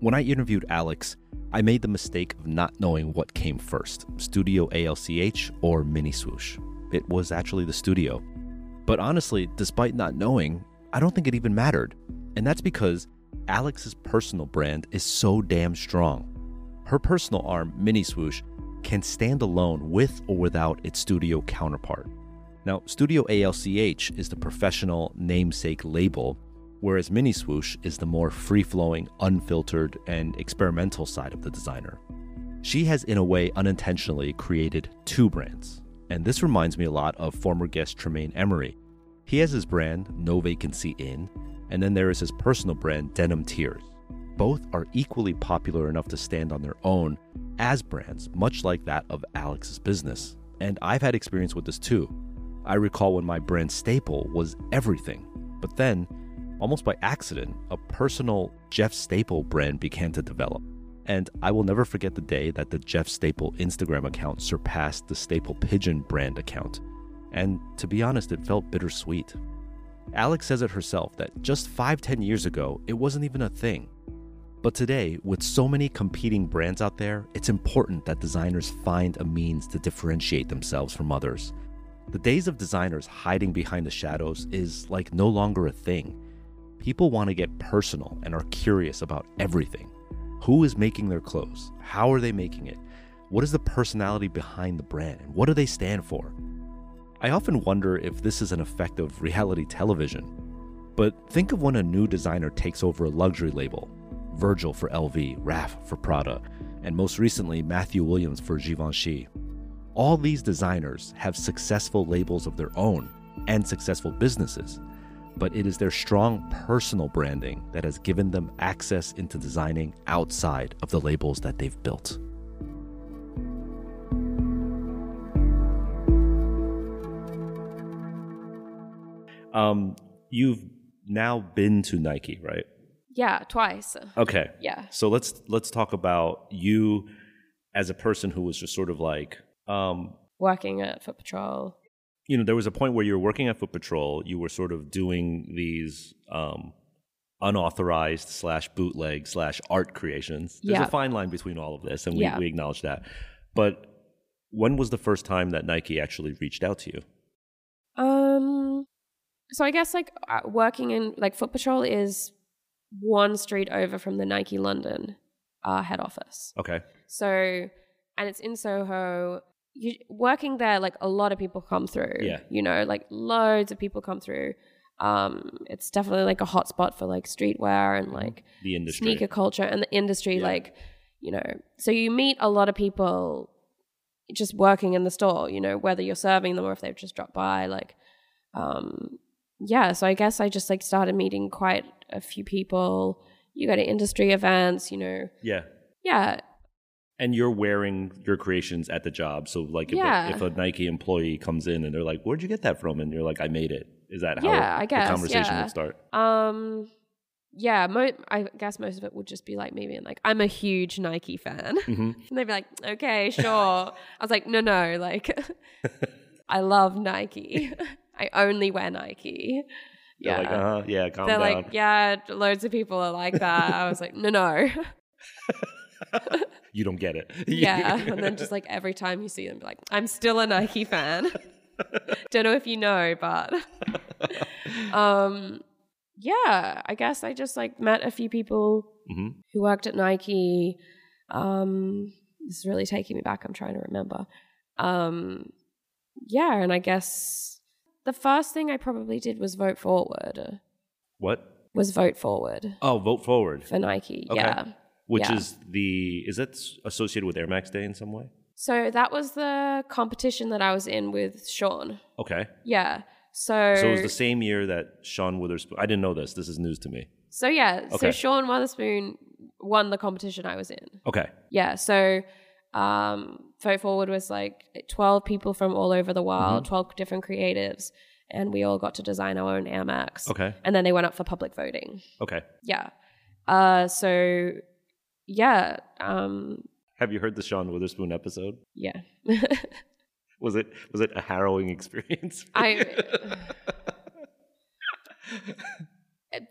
When I interviewed Alex, I made the mistake of not knowing what came first Studio ALCH or Mini Swoosh. It was actually the studio. But honestly, despite not knowing, I don't think it even mattered. And that's because Alex's personal brand is so damn strong. Her personal arm, Mini Swoosh, can stand alone with or without its studio counterpart. Now, Studio ALCH is the professional namesake label, whereas Mini Swoosh is the more free flowing, unfiltered, and experimental side of the designer. She has, in a way, unintentionally created two brands. And this reminds me a lot of former guest Tremaine Emery. He has his brand, No Vacancy Inn, and then there is his personal brand, Denim Tears. Both are equally popular enough to stand on their own as brands, much like that of Alex's business. And I've had experience with this too. I recall when my brand staple was everything, but then, almost by accident, a personal Jeff Staple brand began to develop. And I will never forget the day that the Jeff Staple Instagram account surpassed the Staple Pigeon brand account. And to be honest, it felt bittersweet. Alex says it herself that just five, ten years ago, it wasn't even a thing. But today, with so many competing brands out there, it's important that designers find a means to differentiate themselves from others. The days of designers hiding behind the shadows is like no longer a thing. People want to get personal and are curious about everything. Who is making their clothes? How are they making it? What is the personality behind the brand? And what do they stand for? I often wonder if this is an effect of reality television. But think of when a new designer takes over a luxury label Virgil for LV, Raf for Prada, and most recently, Matthew Williams for Givenchy. All these designers have successful labels of their own and successful businesses, but it is their strong personal branding that has given them access into designing outside of the labels that they've built. Um, you've now been to Nike, right?
yeah, twice.
Okay.
Yeah.
So let's let's talk about you as a person who was just sort of like um
Working at Foot Patrol.
you know, there was a point where you were working at Foot Patrol. You were sort of doing these um, unauthorized slash bootleg slash art creations. There's
Yeah.
a fine line between all of this, and we,
Yeah.
we acknowledge that. But when was the first time that Nike actually reached out to you?
Um, so I guess like uh, working in like Foot Patrol is one street over from the Nike London uh, head office.
Okay.
So, and it's in Soho. You, working there, like a lot of people come through.
Yeah.
You know, like loads of people come through. Um, it's definitely like a hotspot for like streetwear and like
The Mm-hmm. industry.
sneaker culture and the industry
Yeah.
like you know so you meet a lot of people just working in the store you know whether you're serving them or if they've just dropped by like um yeah so i guess i just like started meeting quite a few people you go to industry events you know
Yeah.
yeah
And you're wearing your creations at the job. So, like, if,
Yeah.
a, if a Nike employee comes in and they're like, Where'd you get that from? And you're like, I made it. Is that how
Yeah, I guess,
the conversation
yeah.
would start?
um yeah mo- i guess most of it would just be like me being like i'm a huge nike fan
hmm
And they'd be like, okay, sure. I was like, no, no, like, I love Nike. I only wear Nike.
They're
Yeah.
like, uh-huh, yeah, calm
They're
down.
like, yeah, loads of people are like that. I was like, no, no.
you don't get it.
yeah. And then just like every time you see them, be like, I'm still a Nike fan. Don't know if you know, but um, yeah, I guess I just like met a few people
hmm
who worked at Nike. Um, this is really taking me back. I'm trying to remember. Um, yeah, and I guess the first thing I probably did was vote forward.
What?
Was vote forward
Oh, vote forward,
for Nike.
Okay.
Yeah.
which
Yeah.
is the is that s- associated with Air Max Day in some way?
So that was the competition that I was in with Sean.
Okay,
Yeah. So
so it was the same year that Sean Witherspoon. I didn't know this. This is news to me.
so yeah.
Okay.
So Sean Witherspoon won the competition I was in.
Okay,
yeah so um vote forward was like 12 people from all over the world 12 different creatives and we all got to design our own air max
okay,
and then they went up for public voting
okay.
yeah uh so yeah um
Have you heard the Sean Witherspoon episode?
yeah
Was it was it a harrowing experience? for
I-
you?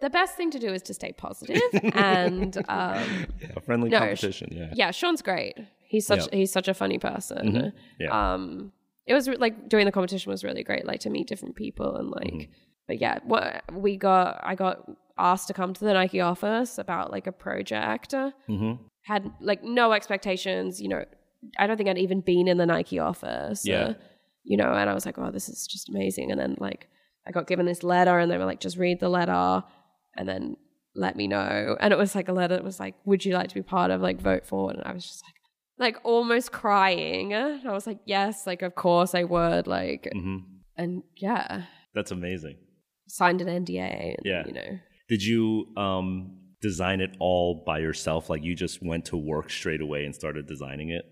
the best thing to do is to stay positive and um
yeah, a friendly
No, sh-
competition. Yeah.
yeah sean's great he's such
Yeah.
he's such a funny person
Mhm. Yeah.
um it was re- like doing the competition was really great like to meet different people and like
Mhm.
but yeah what we got i got asked to come to the nike office about like a project
hmm
had like no expectations you know i don't think i'd even been in the nike office uh,
Yeah.
you know and i was like oh this is just amazing and then like i got given this letter and they were like just read the letter and then let me know and it was like a letter that was like would you like to be part of like vote forward and i was just like like almost crying and i was like yes like of course i would like
hmm
and yeah
That's amazing.
signed an nda and,
Yeah.
you know
Did you um, design it all by yourself? Like you just went to work straight away and started designing it?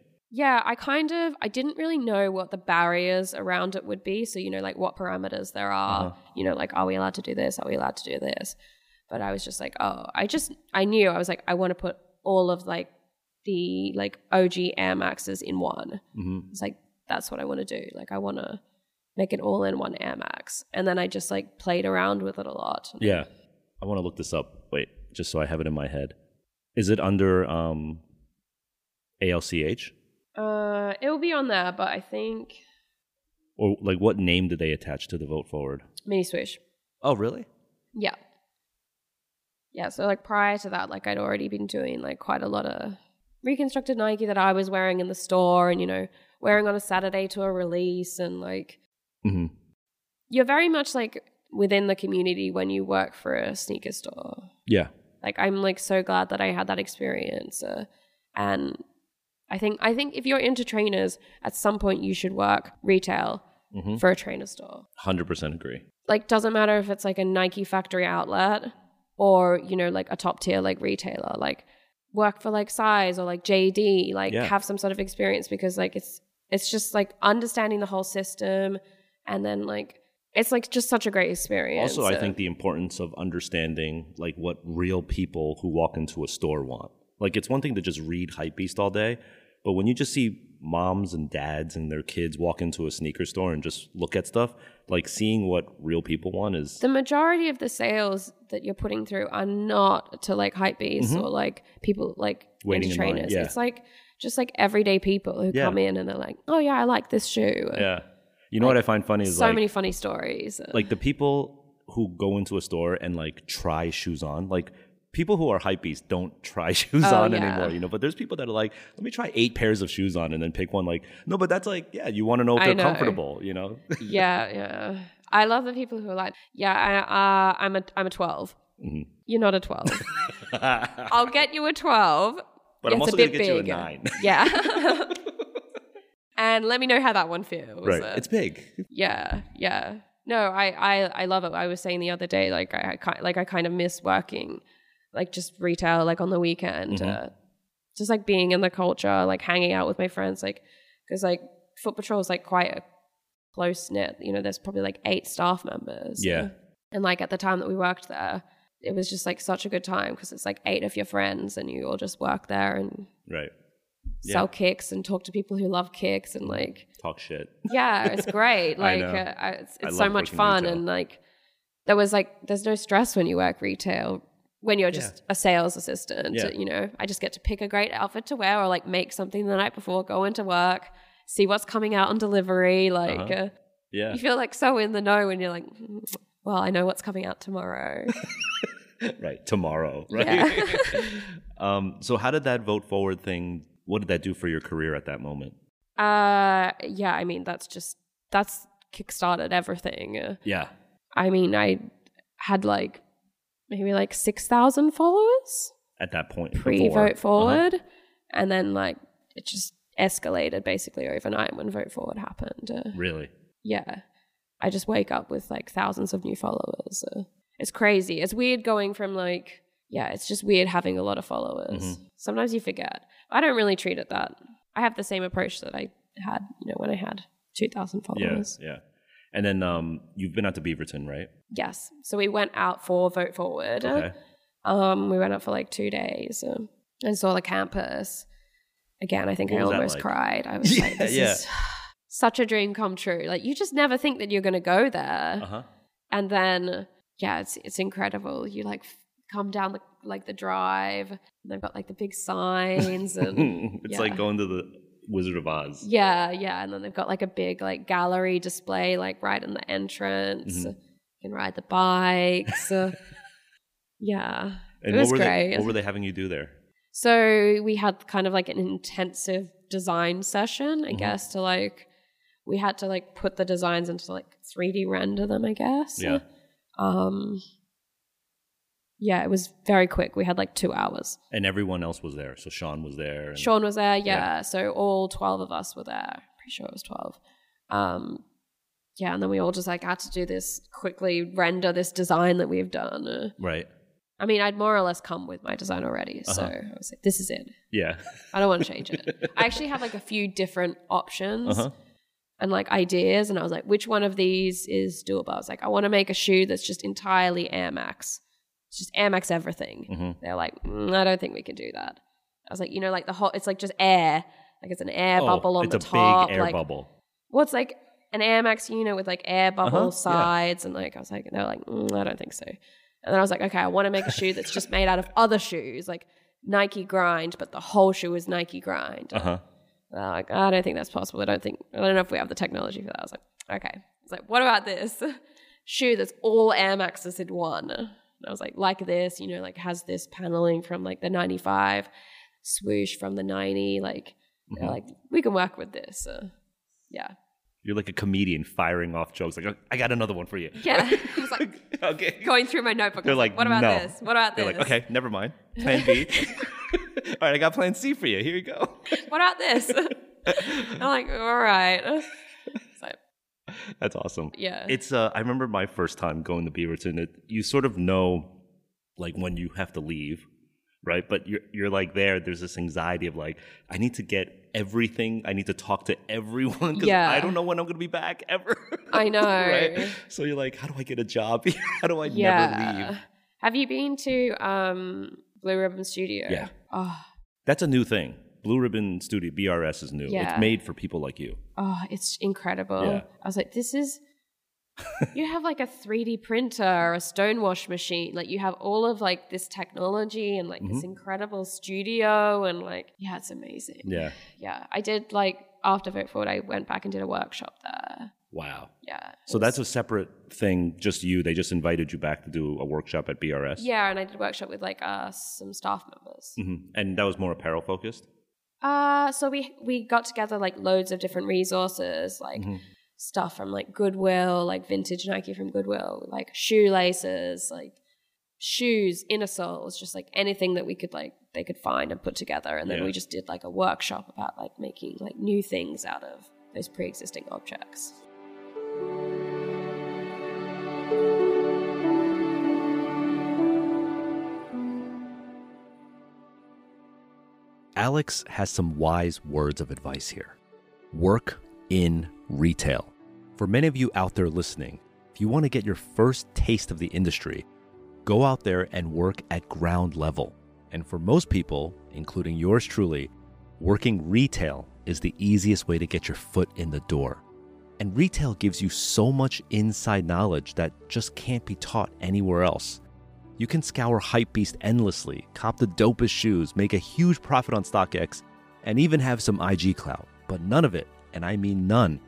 Yeah, I kind of I didn't really know what the barriers around it would be. So you know, like what parameters there are.
Uh-huh.
You know, like are we allowed to do this? Are we allowed to do this? But I was just like, oh, I just I knew I was like, I want to put all of like the like OG Air Maxes in one.
hmm
It's like that's what I want to do. Like I want to make it all in one Air Max. And then I just like played around with it a lot.
Yeah. I want to look this up. Wait, just so I have it in my head. Is it under um, ALCH?
Uh, it will be on there, but I think
Or like what name did they attach to the vote forward?
mini swish.
Oh, really?
Yeah. Yeah, so like prior to that, like I'd already been doing like quite a lot of reconstructed Nike that I was wearing in the store and, you know, wearing on a Saturday to a release. And like,
hmm
you're very much like within the community when you work for a sneaker store.
Yeah.
Like, I'm like so glad that I had that experience. Uh, and I think, I think if you're into trainers, at some point you should work retail
hmm
for a trainer store.
100% agree.
like doesn't matter if it's like a Nike factory outlet or you know like a top tier like retailer like work for like size or like JD like
Yeah.
have some sort of experience because like it's it's just like understanding the whole system and then like it's like just such a great experience.
Also, I think the importance of understanding like what real people who walk into a store want. Like it's one thing to just read hypebeast all day, but when you just see moms and dads and their kids walk into a sneaker store and just look at stuff, like seeing what real people want is
The majority of the sales that you're putting through are not to like hype bees or like people like
Mm-hmm. Waiting
into
in line,
trainers.
yeah.
It's like just like everyday people who
Yeah.
come in and they're like, oh yeah, I like this shoe. And
yeah. You know what I find funny is
so
like
many funny stories.
like the people who go into a store and like try shoes on, like people who are hypebeasts don't try shoes
Oh,
on
yeah.
anymore, you know. But there's people that are like, let me try eight pairs of shoes on and then pick one. Like, no, but that's like, yeah, you want to know if
I
they're
know.
comfortable, you know.
yeah, yeah. I love the people who are like, yeah, I, uh, I'm a I'm a 12
Mhm.
You're not a twelve.
but
I'll get you a twelve.
I'm
It's
also
a
gonna
bit
get you a
big.
nine.
Yeah. and let me know how that one feels.
right,
Uh,
it's big.
yeah, yeah. No, I, I I love it. I was saying the other day, like I, I ki- like I kind of miss working, like just retail, like on the weekend,
Mhm.
uh, just like being in the culture, like hanging out with my friends, like because like foot patrol is like quite a close knit. You know, there's probably like eight staff members.
Yeah.
And like at the time that we worked there, it was just like such a good time because it's like eight of your friends and you all just work there and
Right, Yeah.
sell kicks and talk to people who love kicks and like
talk shit.
yeah it's great
I
like
know.
uh, I- it's,
I
it's so
love
much
working
fun
retail.
and like there was like there's no stress when you work retail when you're just a sales assistant
Yeah.
you know i just get to pick a great outfit to wear or like make something the night before go into work see what's coming out on delivery like
Uh-huh.
uh,
Yeah,
you feel like so in the know when you're like "Mm, well i know what's coming out tomorrow
right. Tomorrow, right.
Yeah.
um, so how did that vote forward thing? What did that do for your career at that moment?
uh yeah i mean that's just that's kickstarted everything Uh,
Yeah,
I mean, I had like maybe like 6,000 followers
at that point,
pre
before. Uh-huh.
Vote Forward. And then like it just escalated basically overnight when Vote Forward happened. Uh,
Uh-huh. Really?
yeah. I just wake up with like thousands of new followers. Uh, it's crazy. It's weird going from like, yeah, it's just weird having a lot of followers.
Mm-hmm.
Sometimes you forget. I don't really treat it that. I have the same approach that I had, you know, when I had 2,000
Yeah,
followers.
yeah. And then um, you've been out to Beaverton, right?
Yes. So we went out for Vote Forward.
Okay.
Um, we went up for like two days um, and saw the campus. Again, I think
What
I
was that
almost
like?
cried. I was like,
Yeah,
this
yeah.
is such a dream come true. Like, you just never think that you're going to go there.
Uh huh.
And then, yeah, it's, it's incredible. You like f- come down the, like the drive and they've got like the big signs and
it's
yeah.
like going to the Wizard of Oz.
yeah, yeah. And then they've got like a big like gallery display like right in the entrance.
Mhm.
You can ride the bikes. Uh, yeah.
And
It was
what were They,
great.
what were they having you do there?
So we had kind of like an intensive design session, I
Mhm.
guess, to like we had to like put the designs into like 3D render them, I guess.
Yeah.
Um yeah, it was very quick. We had like two hours.
And everyone else was there. So Sean was there. And,
Sean was there, yeah.
Yeah.
So all twelve of us were there. Pretty sure it was twelve. Um yeah, and then we all just like had to do this quickly render this design that we've done. Uh,
Right.
I mean, I'd more or less come with my design already, so
Uh-huh.
I was like, "This is it.
Yeah.
I don't want to change it. I actually had like a few different options
Uh-huh.
and like ideas, and I was like, which one of these is doable? I was like, I want to make a shoe that's just entirely Air Max. It's just Air Max everything.
hmm
They're like, mm, I don't think we can do that. I was like, you know, like the whole, it's like just air. Like it's an air bubble
Oh,
on
it's
the
a
top.
big air
like,
bubble.
Well, it's like an Air Max unit with like air bubble
Uh-huh, yeah.
sides, and like I was like, they're like, mm, I don't think so. And then I was like, okay, I want to make a shoe that's just made out of other shoes, like Nike Grind, but the whole shoe is Nike Grind.
Uh huh.
They're like, "Oh, I don't think that's possible. I don't think I don't know if we have the technology for that. I was like, okay. It's like, what about this shoe that's all Air Maxes in one? And I was like, like this, you know, like has this paneling from like the ninety five, swoosh from the ninety. Like, they're
Mhm.
like we can work with this. Uh, yeah,
You're like a comedian firing off jokes. Like, I got another one for you.
yeah. I was like
okay.
going through my notebook. I
They're
was
like,
what about
no.
this? What about
They're
this?
like, okay, never mind. Plan B. All right, I got plan C for you. Here you go.
What about this? I'm like, all right. So
That's awesome.
yeah,
It's uh I remember my first time going to Beaverton. It, you sort of know like when you have to leave, right? But you're you're like there there's this anxiety of like I need to get everything. I need to talk to everyone cuz
Yeah.
I don't know when I'm going to be back ever.
I know.
right? So you're like how do I get a job? how do I never leave?
Have you been to um, Blue Ribbon Studio?
Yeah.
Oh,
That's a new thing.
Blue Ribbon Studio BRS is new.
Yeah.
It's made for people like you.
Oh, it's incredible.
Yeah.
I was like, this is. you have like a 3D printer or a stonewash machine. Like you have all of like this technology and like this incredible studio and like yeah, it's amazing.
Yeah.
Yeah, I did like after Vote Forward, I went back and did a workshop there.
Wow.
Yeah.
So that's a separate thing. Just you. They just invited you back to do a workshop at BRS.
Yeah, and I did a workshop with like uh, some staff members.
Mm-hmm.
Mhm. And that was more apparel focused.
Uh, so we we got together like loads of different resources, like stuff from like Goodwill, like vintage Nike from Goodwill, like shoelaces, like shoes, inner soles, just like anything that we could like they could find and put together. And then
Yeah.
we just did like a workshop about like making like new things out of those pre-existing objects.
Alex has some wise words of advice here. Work in retail. For many of you out there listening, if you want to get your first taste of the industry, go out there and work at ground level. And for most people, including yours truly, working retail is the easiest way to get your foot in the door. And retail gives you so much inside knowledge that just can't be taught anywhere else. You can scour Hypebeast endlessly, cop the dopest shoes, make a huge profit on StockX, and even have some IG clout. But none of it, and I mean none,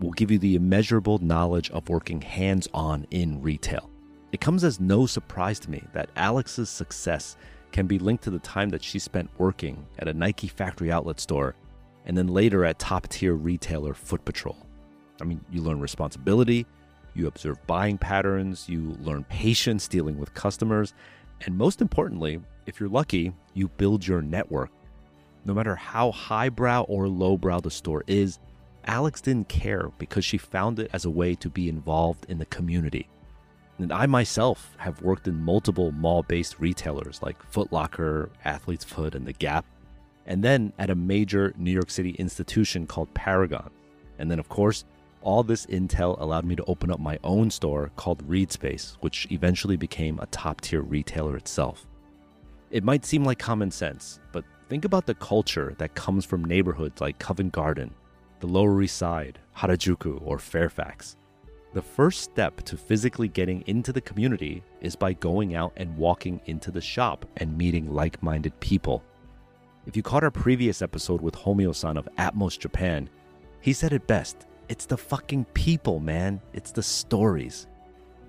will give you the immeasurable knowledge of working hands on in retail. It comes as no surprise to me that Alex's success can be linked to the time that she spent working at a Nike factory outlet store and then later at top tier retailer Foot Patrol. I mean, you learn responsibility, you observe buying patterns, you learn patience dealing with customers, and most importantly, if you're lucky, you build your network. No matter how highbrow or lowbrow the store is, Alex didn't care because she found it as a way to be involved in the community. And I myself have worked in multiple mall based retailers like Foot Locker, Athlete's Foot, and The Gap, and then at a major New York City institution called Paragon. And then, of course, all this intel allowed me to open up my own store called ReadSpace, which eventually became a top tier retailer itself. It might seem like common sense, but think about the culture that comes from neighborhoods like Covent Garden, the Lower East Side, Harajuku, or Fairfax. The first step to physically getting into the community is by going out and walking into the shop and meeting like minded people. If you caught our previous episode with Homeo san of Atmos Japan, he said it best it's the fucking people, man. It's the stories.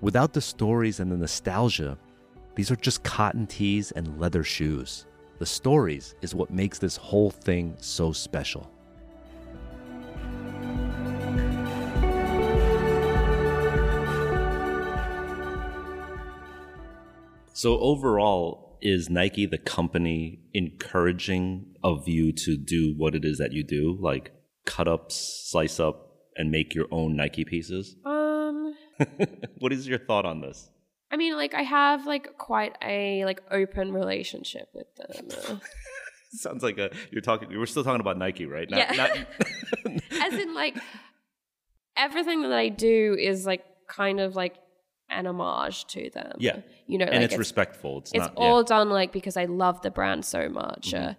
Without the stories and the nostalgia, these are just cotton tees and leather shoes. The stories is what makes this whole thing so special. So overall, is Nike the company encouraging of you to do what it is that you do, like cut up, slice up, and make your own Nike pieces?
Um,
what is your thought on this?
I mean, like I have like quite a like open relationship with them.
Sounds like a you're talking. We're still talking about Nike, right?
Yeah.
not-
as in like everything that I do is like kind of like an homage to them.
Yeah.
you know,
and
like
it's, respectful. It's,
it's
not.
all done like because I love the brand so much.
Mm-hmm.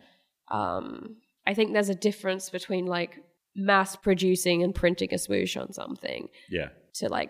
Uh, um, I think there's a difference between like mass producing and printing a swoosh on something
yeah, yeah.
to like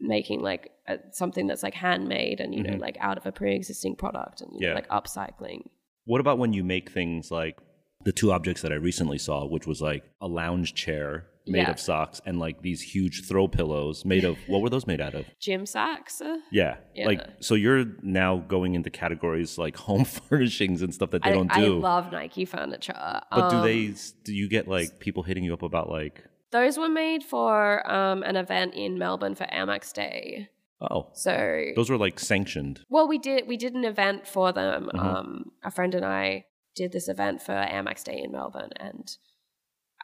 making like a, something that's like handmade and you know
Mhm.
like out of a pre-existing product and you know,
Yeah.
like upcycling.
What about when you make things like the two objects that I recently saw, which was like a lounge chair made
Yeah.
of socks and like these huge throw pillows made of what were those made out of?
Gym sacks. uh,
Yeah. Like
Yeah.
so you're now going into categories like home furnishings and stuff that they
I,
don't
I
do.
love Nike furniture.
but do
Um,
they do you get like people hitting you up about like
Those were made for um, an event in Melbourne for Amex Day.
oh
So,
those were like sanctioned.
well, we did we did an event for them.
Mhm.
Um, a friend and I did this event for Amex Day in Melbourne, and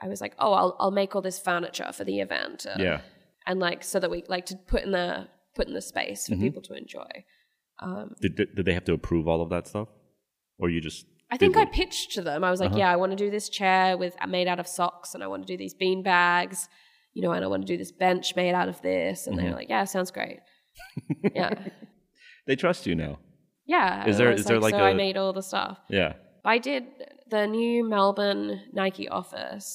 I was like, "Oh, I'll I'll make all this furniture for the event, uh,
yeah.
and like so that we like to put in the put in the space for
Mhm.
people to enjoy." Um,
Did, did they have to approve all of that stuff? Or you just
I
did
think I
what-
pitched to them. I was like,
Uh-huh.
"Yeah, I want to do this chair with made out of socks, and I want to do these bean bags, you know, and I want to do this bench made out of this." And they
Mhm.
were like, "Yeah, sounds great." yeah,
they trust you now.
yeah.
Is
I
there-
was
is there like
so I
a-
made all the stuff.
Yeah.
I did the new Melbourne Nike office,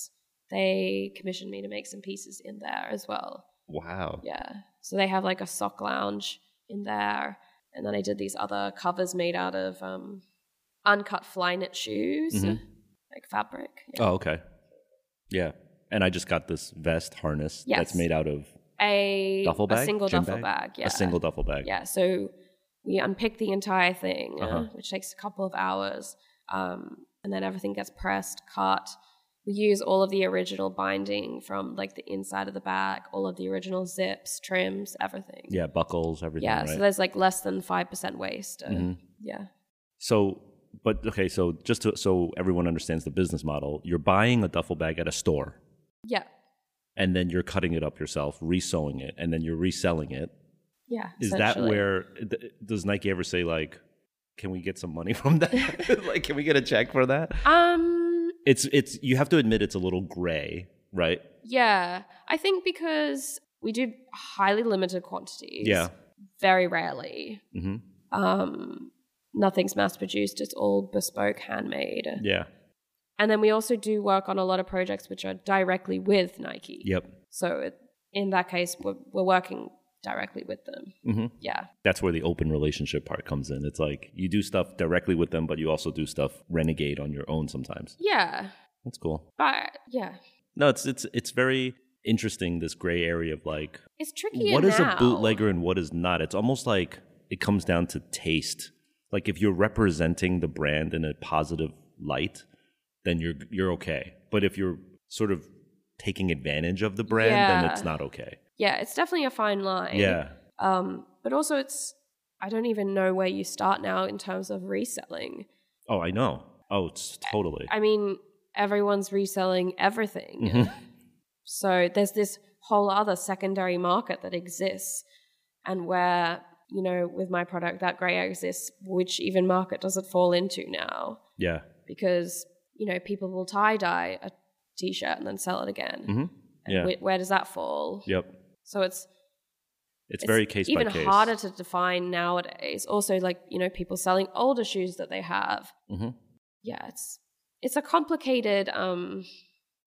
they commissioned me to make some pieces in there as well.
Wow.
Yeah. So they have like a sock lounge in there. And then I did these other covers made out of um, uncut Flyknit shoes,
Mhm.
like fabric. Yeah.
Oh, okay. Yeah. And I just got this vest harness that's
Yes.
made out of
A,
duffel bag,
a single
Gym
duffel bag. Yeah.
a single duffel bag.
Yeah. So we unpick the entire thing, uh,
Uh-huh.
which takes a couple of hours. Um, and then everything gets pressed, cut. We use all of the original binding from like the inside of the bag, all of the original zips, trims, everything.
Yeah, buckles, everything.
Yeah,
right?
so there's like less than 5% waste. Uh,
Mhm.
Yeah.
So, but okay, so just to, so everyone understands the business model, you're buying a duffel bag at a store
Yeah.
and then you're cutting it up yourself, resewing it, and then you're reselling it.
Yeah.
Is that
essentially.
where th- does Nike ever say like, can we get some money from that? like, can we get a check for that?
Um,
It's it's you have to admit it's a little gray, right?
yeah. I think because we do highly limited quantities.
Yeah.
Very rarely.
hmm
Um, nothing's mass produced, it's all bespoke, handmade.
Yeah.
And then we also do work on a lot of projects which are directly with Nike.
Yep.
So it, in that case, we're, we're working directly with them.
hmm
Yeah.
That's where the open relationship part comes in. It's like you do stuff directly with them, but you also do stuff renegade on your own sometimes.
Yeah.
That's cool.
But yeah.
No, it's it's it's very interesting this gray area of like
It's tricky.
what is
now.
a bootlegger and what is not. It's almost like it comes down to taste. Like if you're representing the brand in a positive light, then you're you're okay. But if you're sort of taking advantage of the brand, then
Yeah.
it's not okay.
Yeah, it's definitely a fine line.
Yeah.
Um, but also, it's I don't even know where you start now in terms of reselling.
Oh, I know. Oh, it's totally.
I mean, everyone's reselling everything.
Mhm.
So there's this whole other secondary market that exists, and where you know, with my product, that grey exists. Which even market does it fall into now?
Yeah.
Because you know, people will tie dye a t-shirt and then sell it again.
Mhm.
And
Yeah.
wh- where does that fall?
Yep.
So it's
It's, very case
even
by case.
harder to define nowadays. Also, like you know, people selling older shoes that they have.
hmm
Yeah, it's it's a complicated. um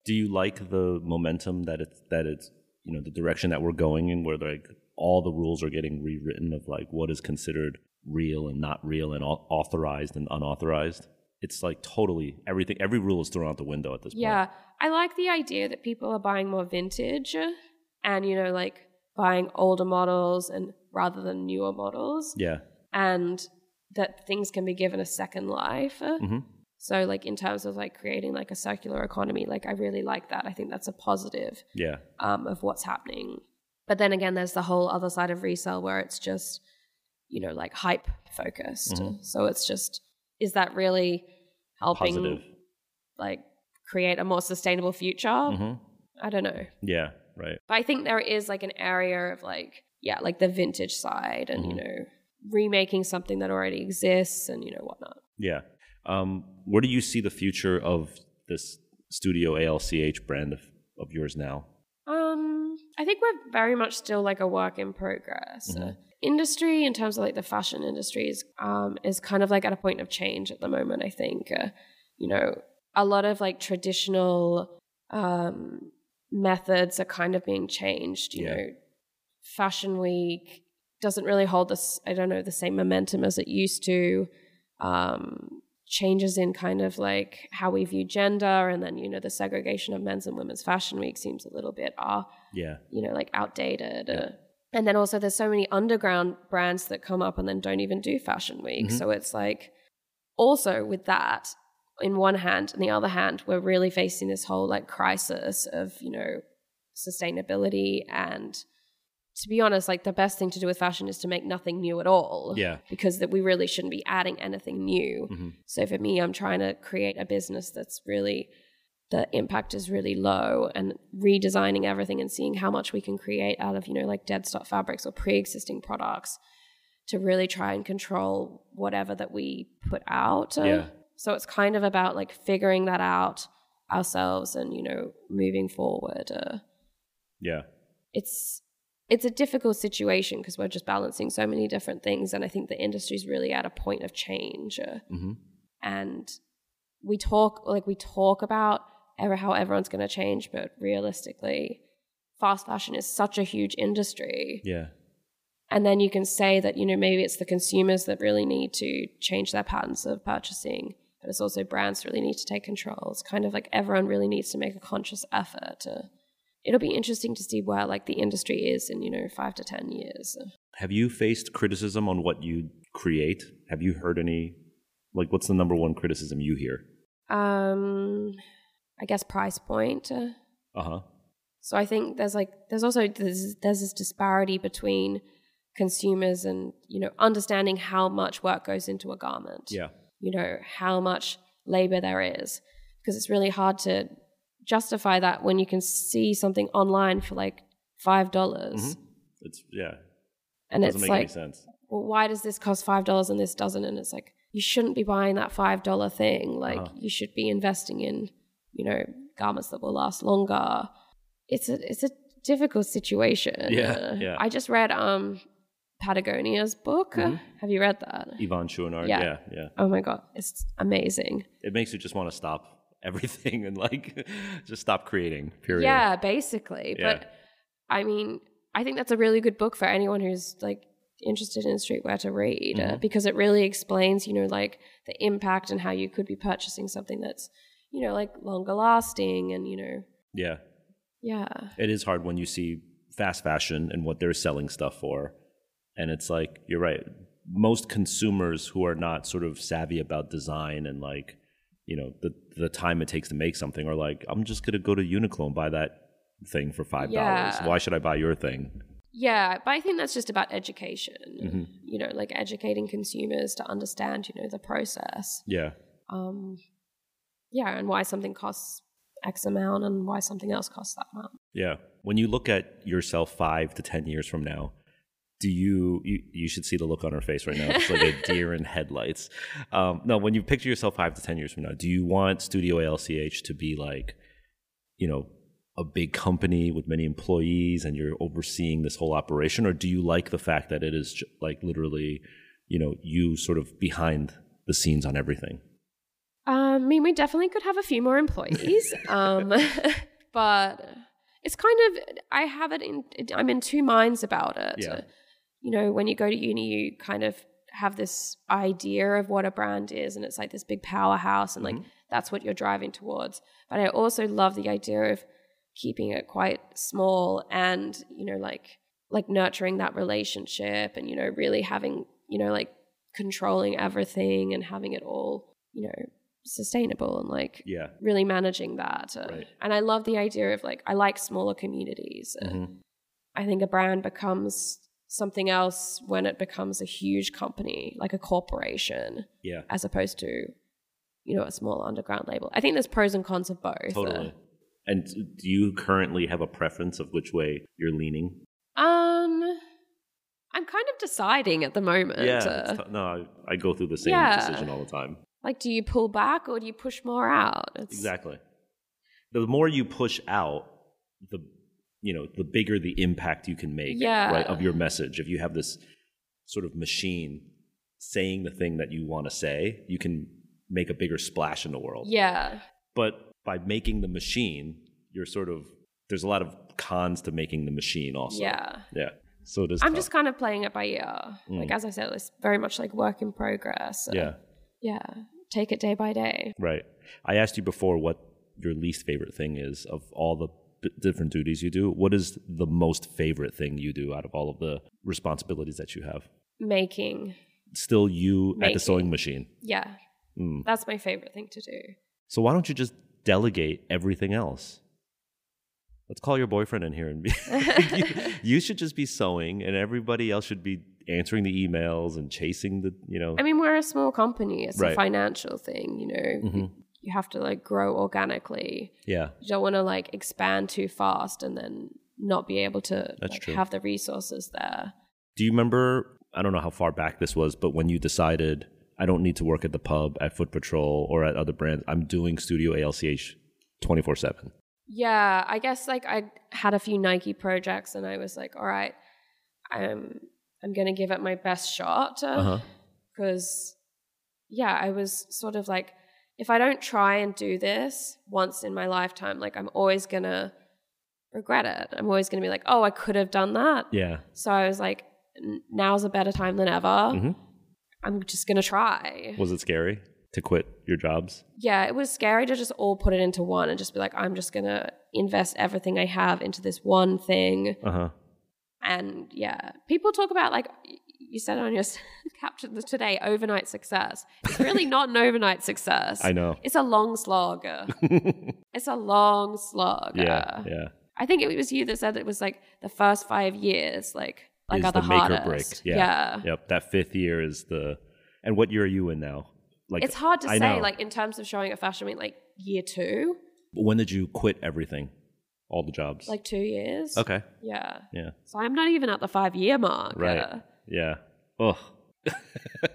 Do you like the momentum that it's that it's you know the direction that we're going in, where like all the rules are getting rewritten of like what is considered real and not real and au- authorized and unauthorized? It's like totally everything. Every rule is thrown out the window at this point.
Yeah, I like the idea that people are buying more vintage, and you know, like buying older models and rather than newer models,
Yeah.
and that things can be given a second life.
hmm
So, like in terms of like creating like a circular economy, like I really like that. I think that's a positive.
Yeah.
um, of what's happening. But then again, there's the whole other side of resale where it's just, you know, like hype focused.
Mhm.
So it's just, is that really helping
Positive.
like create a more sustainable future?
hmm
I don't know.
Yeah. Right.
But I think there is like an area of like, yeah, like the vintage side and, you
Mhm.
know, remaking something that already exists and, you know, whatnot.
Yeah. Um, where do you see the future of this Studio ALCH brand of, of yours now?
Um, I think we're very much still like a work in progress.
Mhm.
Uh, industry, in terms of like the fashion industry, is um, is kind of like at a point of change at the moment. I think, uh, you know, a lot of like traditional um, methods are kind of being changed. You
Yeah.
know, Fashion Week doesn't really hold this. I don't know the same momentum as it used to. Um, changes in kind of like how we view gender and then you know the segregation of men's and women's fashion week seems a little bit ah
Yeah.
you know like outdated
Yeah.
Uh, and then also there's so many underground brands that come up and then don't even do fashion week
Mhm.
so it's like also with that in one hand and the other hand we're really facing this whole like crisis of you know sustainability and to be honest like the best thing to do with fashion is to make nothing new at all
Yeah.
because that we really shouldn't be adding anything new
Mhm.
so for me, I'm trying to create a business that's really the impact is really low and redesigning everything and seeing how much we can create out of, you know, like dead stock fabrics or pre-existing products to really try and control whatever that we put out.
Yeah.
So it's kind of about like figuring that out ourselves and, you know, moving forward. Uh,
Yeah.
it's it's a difficult situation because we're just balancing so many
Mm-hmm.
different things and I think the industry's really at a point of change. Uh,
hmm
and we talk like we talk about ever how everyone's going to change, but realistically, fast fashion is such a huge industry.
Yeah.
And then you can say that, you know, maybe it's the consumers that really need to change their patterns of purchasing, but it's also brands really need to take control. It's kind of like everyone really needs to make a conscious effort to. It'll be interesting to see where like the industry is in, you know, five to 10 years.
Have you faced criticism on what you create? Have you heard any? Like, what's the number one criticism you hear?
Um, I guess price point.
Uh huh.
So I think there's like there's also there's, there's this disparity between consumers and you know understanding how much work goes into a garment.
Yeah.
You know how much labor there is because it's really hard to justify that when you can see something online for like five dollars
Mhm. It's yeah.
and
doesn't
it's
make
like
any sense.
well, why does this cost five dollars and this doesn't? And it's like you shouldn't be buying that five dollar thing. Like
Uh-huh.
you should be investing in, you know, garments that will last longer. It's a it's a difficult situation.
Yeah,
Uh,
yeah.
I just read um Patagonia's book.
Mhm.
Have you read that?
Yvonne Chouinard.
Yeah.
yeah. Yeah.
Oh my god, it's amazing.
It makes you just want to stop everything and like just stop creating. Period.
Yeah, basically. But I mean, I think that's a really good book for anyone who's like interested in streetwear to read uh,
Mhm.
because it really explains, you know, like the impact and how you could be purchasing something that's, you know, like longer lasting and, you know,
Yeah.
yeah.
It is hard when you see fast fashion and what they're selling stuff for. And it's like, you're right. Most consumers who are not sort of savvy about design and like, you know, the, the time it takes to make something are like, I'm just going to go to Uniqlo and buy that thing for $5.
Yeah.
Why should I buy your thing?
Yeah, but I think that's just about education,
Mhm.
you know, like educating consumers to understand, you know, the process.
Yeah.
Um, yeah, and why something costs X amount and why something else costs that amount.
Yeah. When you look at yourself five to 10 years from now, do you, you, you should see the look on her face right now. It's like a deer in headlights. Um, no, when you picture yourself five to 10 years from now, do you want Studio ALCH to be like, you know, a big company with many employees and you're overseeing this whole operation? Or do you like the fact that it is j- like literally, you know, you sort of behind the scenes on everything?
Um, I mean, we definitely could have a few more employees, um, but it's kind of I have it in. I'm in two minds about it.
Yeah.
You know, when you go to uni, you kind of have this idea of what a brand is, and it's like this big powerhouse, and like that's what you're driving towards. But I also love the idea of keeping it quite small, and you know, like like nurturing that relationship, and you know, really having you know, like controlling everything and having it all, you know, sustainable and like
Yeah.
really managing that. Uh,
Right.
And I love the idea of like, I like smaller communities. Uh,
Mhm.
I think a brand becomes something else when it becomes a huge company, like a corporation,
Yeah.
as opposed to, you know, a small underground label. I think there's pros and cons of both. uh,
Totally. And do you currently have a preference of which way you're leaning
Um, I'm kind of deciding at the moment.
Yeah,
uh,
it's t- no, I, I go through the same
Yeah.
decision all the time.
like, do you pull back or do you push more out? It's,
Exactly. The more you push out, the you know, the bigger the impact you can make
Yeah.
right, of your message. If you have this sort of machine saying the thing that you want to say, you can make a bigger splash in the world.
Yeah.
But by making the machine, you're sort of there's a lot of cons to making the machine also.
Yeah.
Yeah. So it is
I'm
tough.
just kind of playing it by ear. Like
Mm.
as I said, it's very much like work in progress.
Yeah.
Yeah. Take it day by day.
Right. I asked you before what your least favorite thing is of all the b- different duties you do. What is the most favorite thing you do out of all of the responsibilities that you have?
Making.
Still, you at
Making.
the sewing machine.
Yeah.
Mm.
That's my favorite thing to do.
So why don't you just delegate everything else? Let's call your boyfriend in here and be. you, you should just be sewing, and everybody else should be answering the emails and chasing the. You know.
I mean, we're a small company. It's
Right.
a financial thing, you know.
Mhm.
You have to like grow organically.
Yeah.
You don't want to like expand too fast and then not be able to
That's
like,
true.
have the resources there.
Do you remember? I don't know how far back this was, but when you decided I don't need to work at the pub, at Foot Patrol, or at other brands, I'm doing Studio ALCH 24 7.
Yeah, I guess like I had a few Nike projects and I was like, all right, I'm I'm gonna give it my best shot
Uh huh.
because yeah, I was sort of like if I don't try and do this once in my lifetime, like I'm always gonna regret it. I'm always gonna be like, oh, I could have done that.
Yeah.
So I was like, "N- now's a better time than ever.
Mhm.
I'm just gonna try.
Was it scary to quit your jobs?
yeah, it was scary to just all put it into one and just be like, I'm just gonna invest everything I have into this one thing.
Uh huh.
And yeah, people talk about like y- you said on your s- caption today, overnight success. It's really not an overnight success.
I know.
It's a long slog. it's a long slog.
Yeah. Yeah.
I think it was you that said it was like the first five years, like like
Is
are the,
the make or
hardest.
break. Yeah. Yep. That fifth year is the. And what year are you in now? Like
it's hard to
I
say,
know.
like in terms of showing at fashion week, like year two,
When did you quit everything? All the jobs.
like two years.
okay.
Yeah.
Yeah.
So I'm not even at the five year mark.
Right.
Uh,
Yeah. Oh.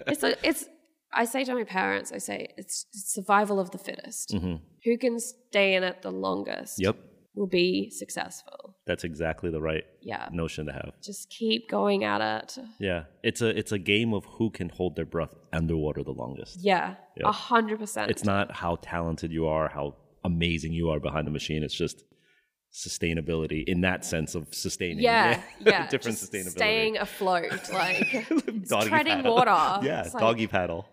It's a, it's. I say to my parents, I say it's survival of the fittest.
hmm
Who can stay in it the longest?
Yep.
Will be successful.
That's exactly the right
Yeah.
notion to have.
Just keep going at it.
Yeah. It's a it's a game of who can hold their breath underwater the longest.
Yeah.
Yeah.
A hundred percent.
It's not how talented you are, how amazing you are behind the machine. It's just sustainability in that sense of sustaining.
Yeah, yeah.
Different
just
sustainability.
Staying afloat, like it's
Doggy
treading
paddle.
water.
Yeah,
It's like,
doggy paddle.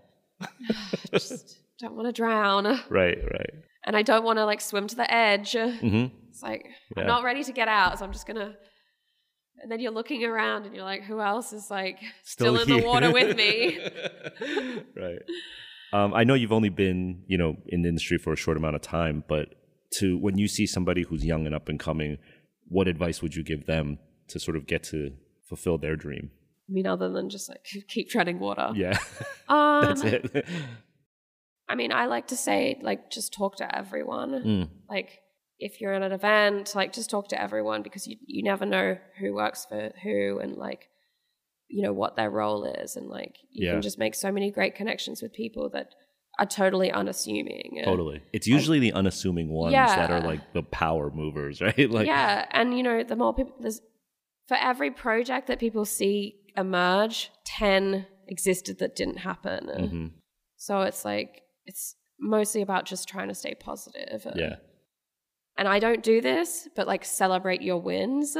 Just don't want to drown,
Right, right.
and I don't want to like swim to the edge.
hmm
It's like
Yeah.
I'm not ready to get out, so I'm just gonna. And then you're looking around, and you're like, "Who else is like still, in the
here.
water with me?"
right. Um, I know you've only been, you know, in the industry for a short amount of time, but to when you see somebody who's young and up and coming, what advice would you give them to sort of get to fulfill their dream?
I mean, other than just like keep treading water.
Yeah,
Um,
that's it.
I mean, I like to say like just talk to everyone.
Mm.
Like if you're at an event, like just talk to everyone because you you never know who works for who and like you know what their role is and like you
Yeah.
can just make so many great connections with people that are totally unassuming. and-
Totally. It's usually the unassuming ones that are
Yeah.
like the power movers, right? Like
yeah, and you know the more people there's for every project that people see emerge, ten existed that didn't happen.
mhm.
So it's like it's mostly about just trying to stay positive. and-
Yeah.
and I don't do this, but like celebrate your wins.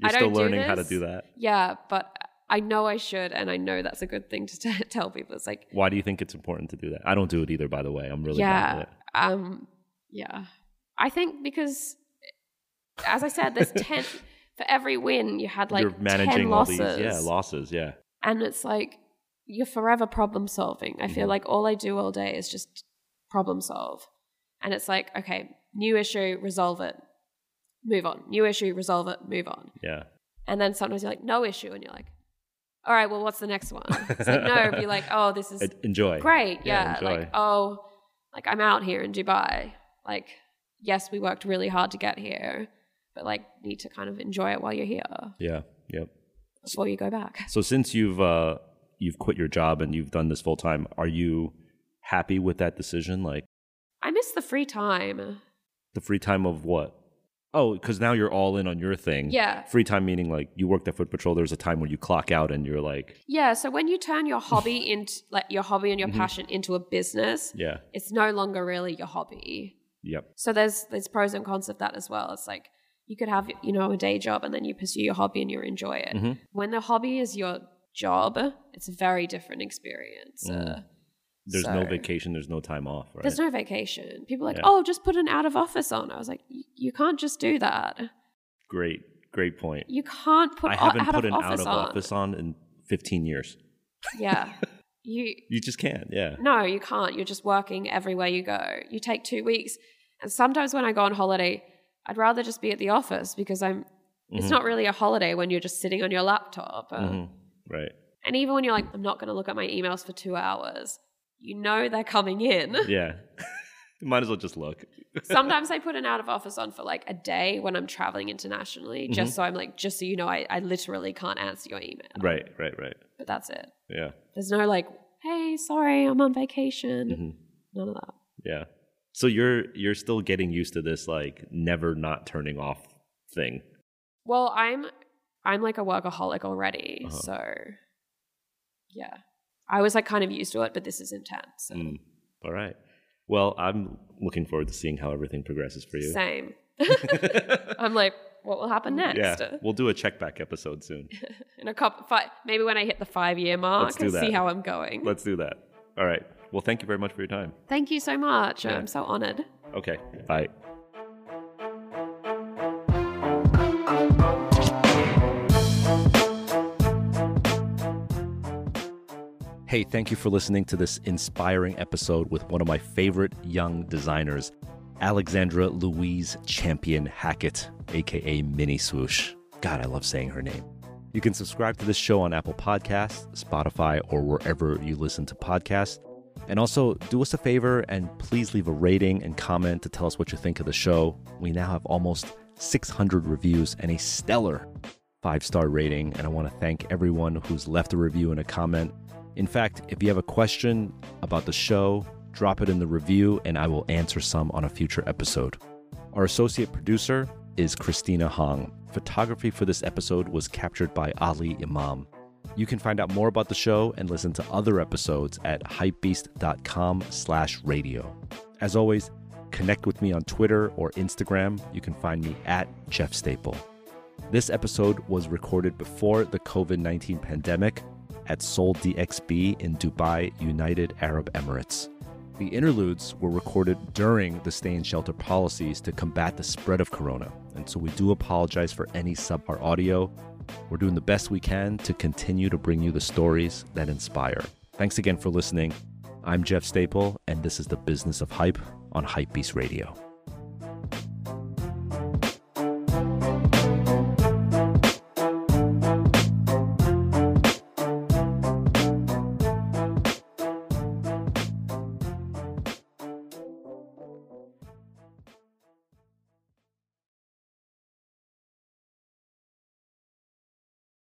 You're still
don't do
learning how to
this.
do that.
Yeah, but I know I should, and I know that's a good thing to t- tell people. It's like,
Why do you think it's important to do that? I don't do it either, by the way. I'm really bad at
yeah,
it.
um, yeah. I think because, as I said, there's ten for every win you had like
You're managing
ten
all
losses,
these yeah, losses, yeah.
and it's like you're forever problem solving. I feel
Mhm.
like all I do all day is just problem solve, and it's like, okay, new issue, resolve it, move on. New issue, resolve it, move on.
Yeah.
And then sometimes you're like, no issue. And you're like, all right, well, what's the next one? It's like, no, be like, oh, this is
En- Enjoy.
great.
Yeah,
Yeah.
enjoy.
like, oh, like I'm out here in Dubai. Like, yes, we worked really hard to get here, but like, need to kind of enjoy it while you're here
Yeah. Yep.
before you go back.
So since you've uh you've quit your job and you've done this full time, are you happy with that decision? Like
I miss the free time.
the free time of what? Oh, because now you're all in on your thing.
Yeah.
Free time meaning like you worked at Foot Patrol. There's a time when you clock out and you're like,
Yeah. So when you turn your hobby into like your hobby and your
Mhm.
passion into a business,
yeah,
it's no longer really your hobby.
yep,
So there's there's pros and cons of that as well. It's like you could have you know a day job and then you pursue your hobby and you enjoy it.
Mhm.
When the hobby is your job, it's a very different experience. Uh,
There's no
So-
vacation. There's no time off. Right.
There's no vacation. People are like,
Yeah.
oh, just put an out of office on. I was like, "Y- you can't just do that.
great. Great point.
You can't put
I
o-
haven't
out,
put
of
an out
office
of
on.
office on in 15 years.
yeah, you
You just can't. Yeah.
no, you can't. You're just working everywhere you go. You take two weeks, and sometimes when I go on holiday, I'd rather just be at the office because I'm
Mhm.
It's not really a holiday when you're just sitting on your laptop. Uh,
Mhm. Right.
And even when you're like, I'm not going to look at my emails for two hours, you know they're coming in.
Yeah. Might as well just look.
Sometimes I put an out of office on for like a day when I'm traveling internationally, just so I'm like, just so you know, I, I literally can't answer your email.
Right. Right. Right.
But that's it.
Yeah.
There's no like, hey, sorry, I'm on vacation.
Mhm.
None of that.
Yeah. So you're you're still getting used to this like never not turning off thing.
Well, I'm I'm like a workaholic already,
Uh-huh.
so yeah. I was like kind of used to it, but this is intense.
Mm.
All right. Well, I'm looking forward to seeing how everything progresses for you.
Same. I'm like, what will happen next?
Yeah, we'll do a check back episode soon.
In a couple, five, maybe when I hit the five year mark
Let's do
and
that.
see how I'm going.
Let's do that. All right. Well, thank you very much for your time.
Thank you so much.
Yeah.
I'm so honored.
Okay. Bye. Hey, thank you for listening to this inspiring episode with one of my favorite young designers, Alexandra Louise Champion Hackett, aka Mini Swoosh. God, I love saying her name. You can subscribe to this show on Apple Podcasts, Spotify, or wherever you listen to podcasts. And also, do us a favor and please leave a rating and comment to tell us what you think of the show. We now have almost 600 reviews and a stellar five star rating. And I want to thank everyone who's left a review and a comment. In fact, if you have a question about the show, drop it in the review and I will answer some on a future episode. Our associate producer is Christina Hong. Photography for this episode was captured by Ali Imam. You can find out more about the show and listen to other episodes at hypebeast.com slash radio. As always, connect with me on Twitter or Instagram. You can find me at Jeff Staple. This episode was recorded before the COVID 19 pandemic at Seoul DXB in Dubai, United Arab Emirates. The interludes were recorded during the stay in shelter policies to combat the spread of corona. And so we do apologize for any subpar audio. We're doing the best we can to continue to bring you the stories that inspire. Thanks again for listening. I'm Jeff Staple, and this is the business of hype on Hypebeast Radio.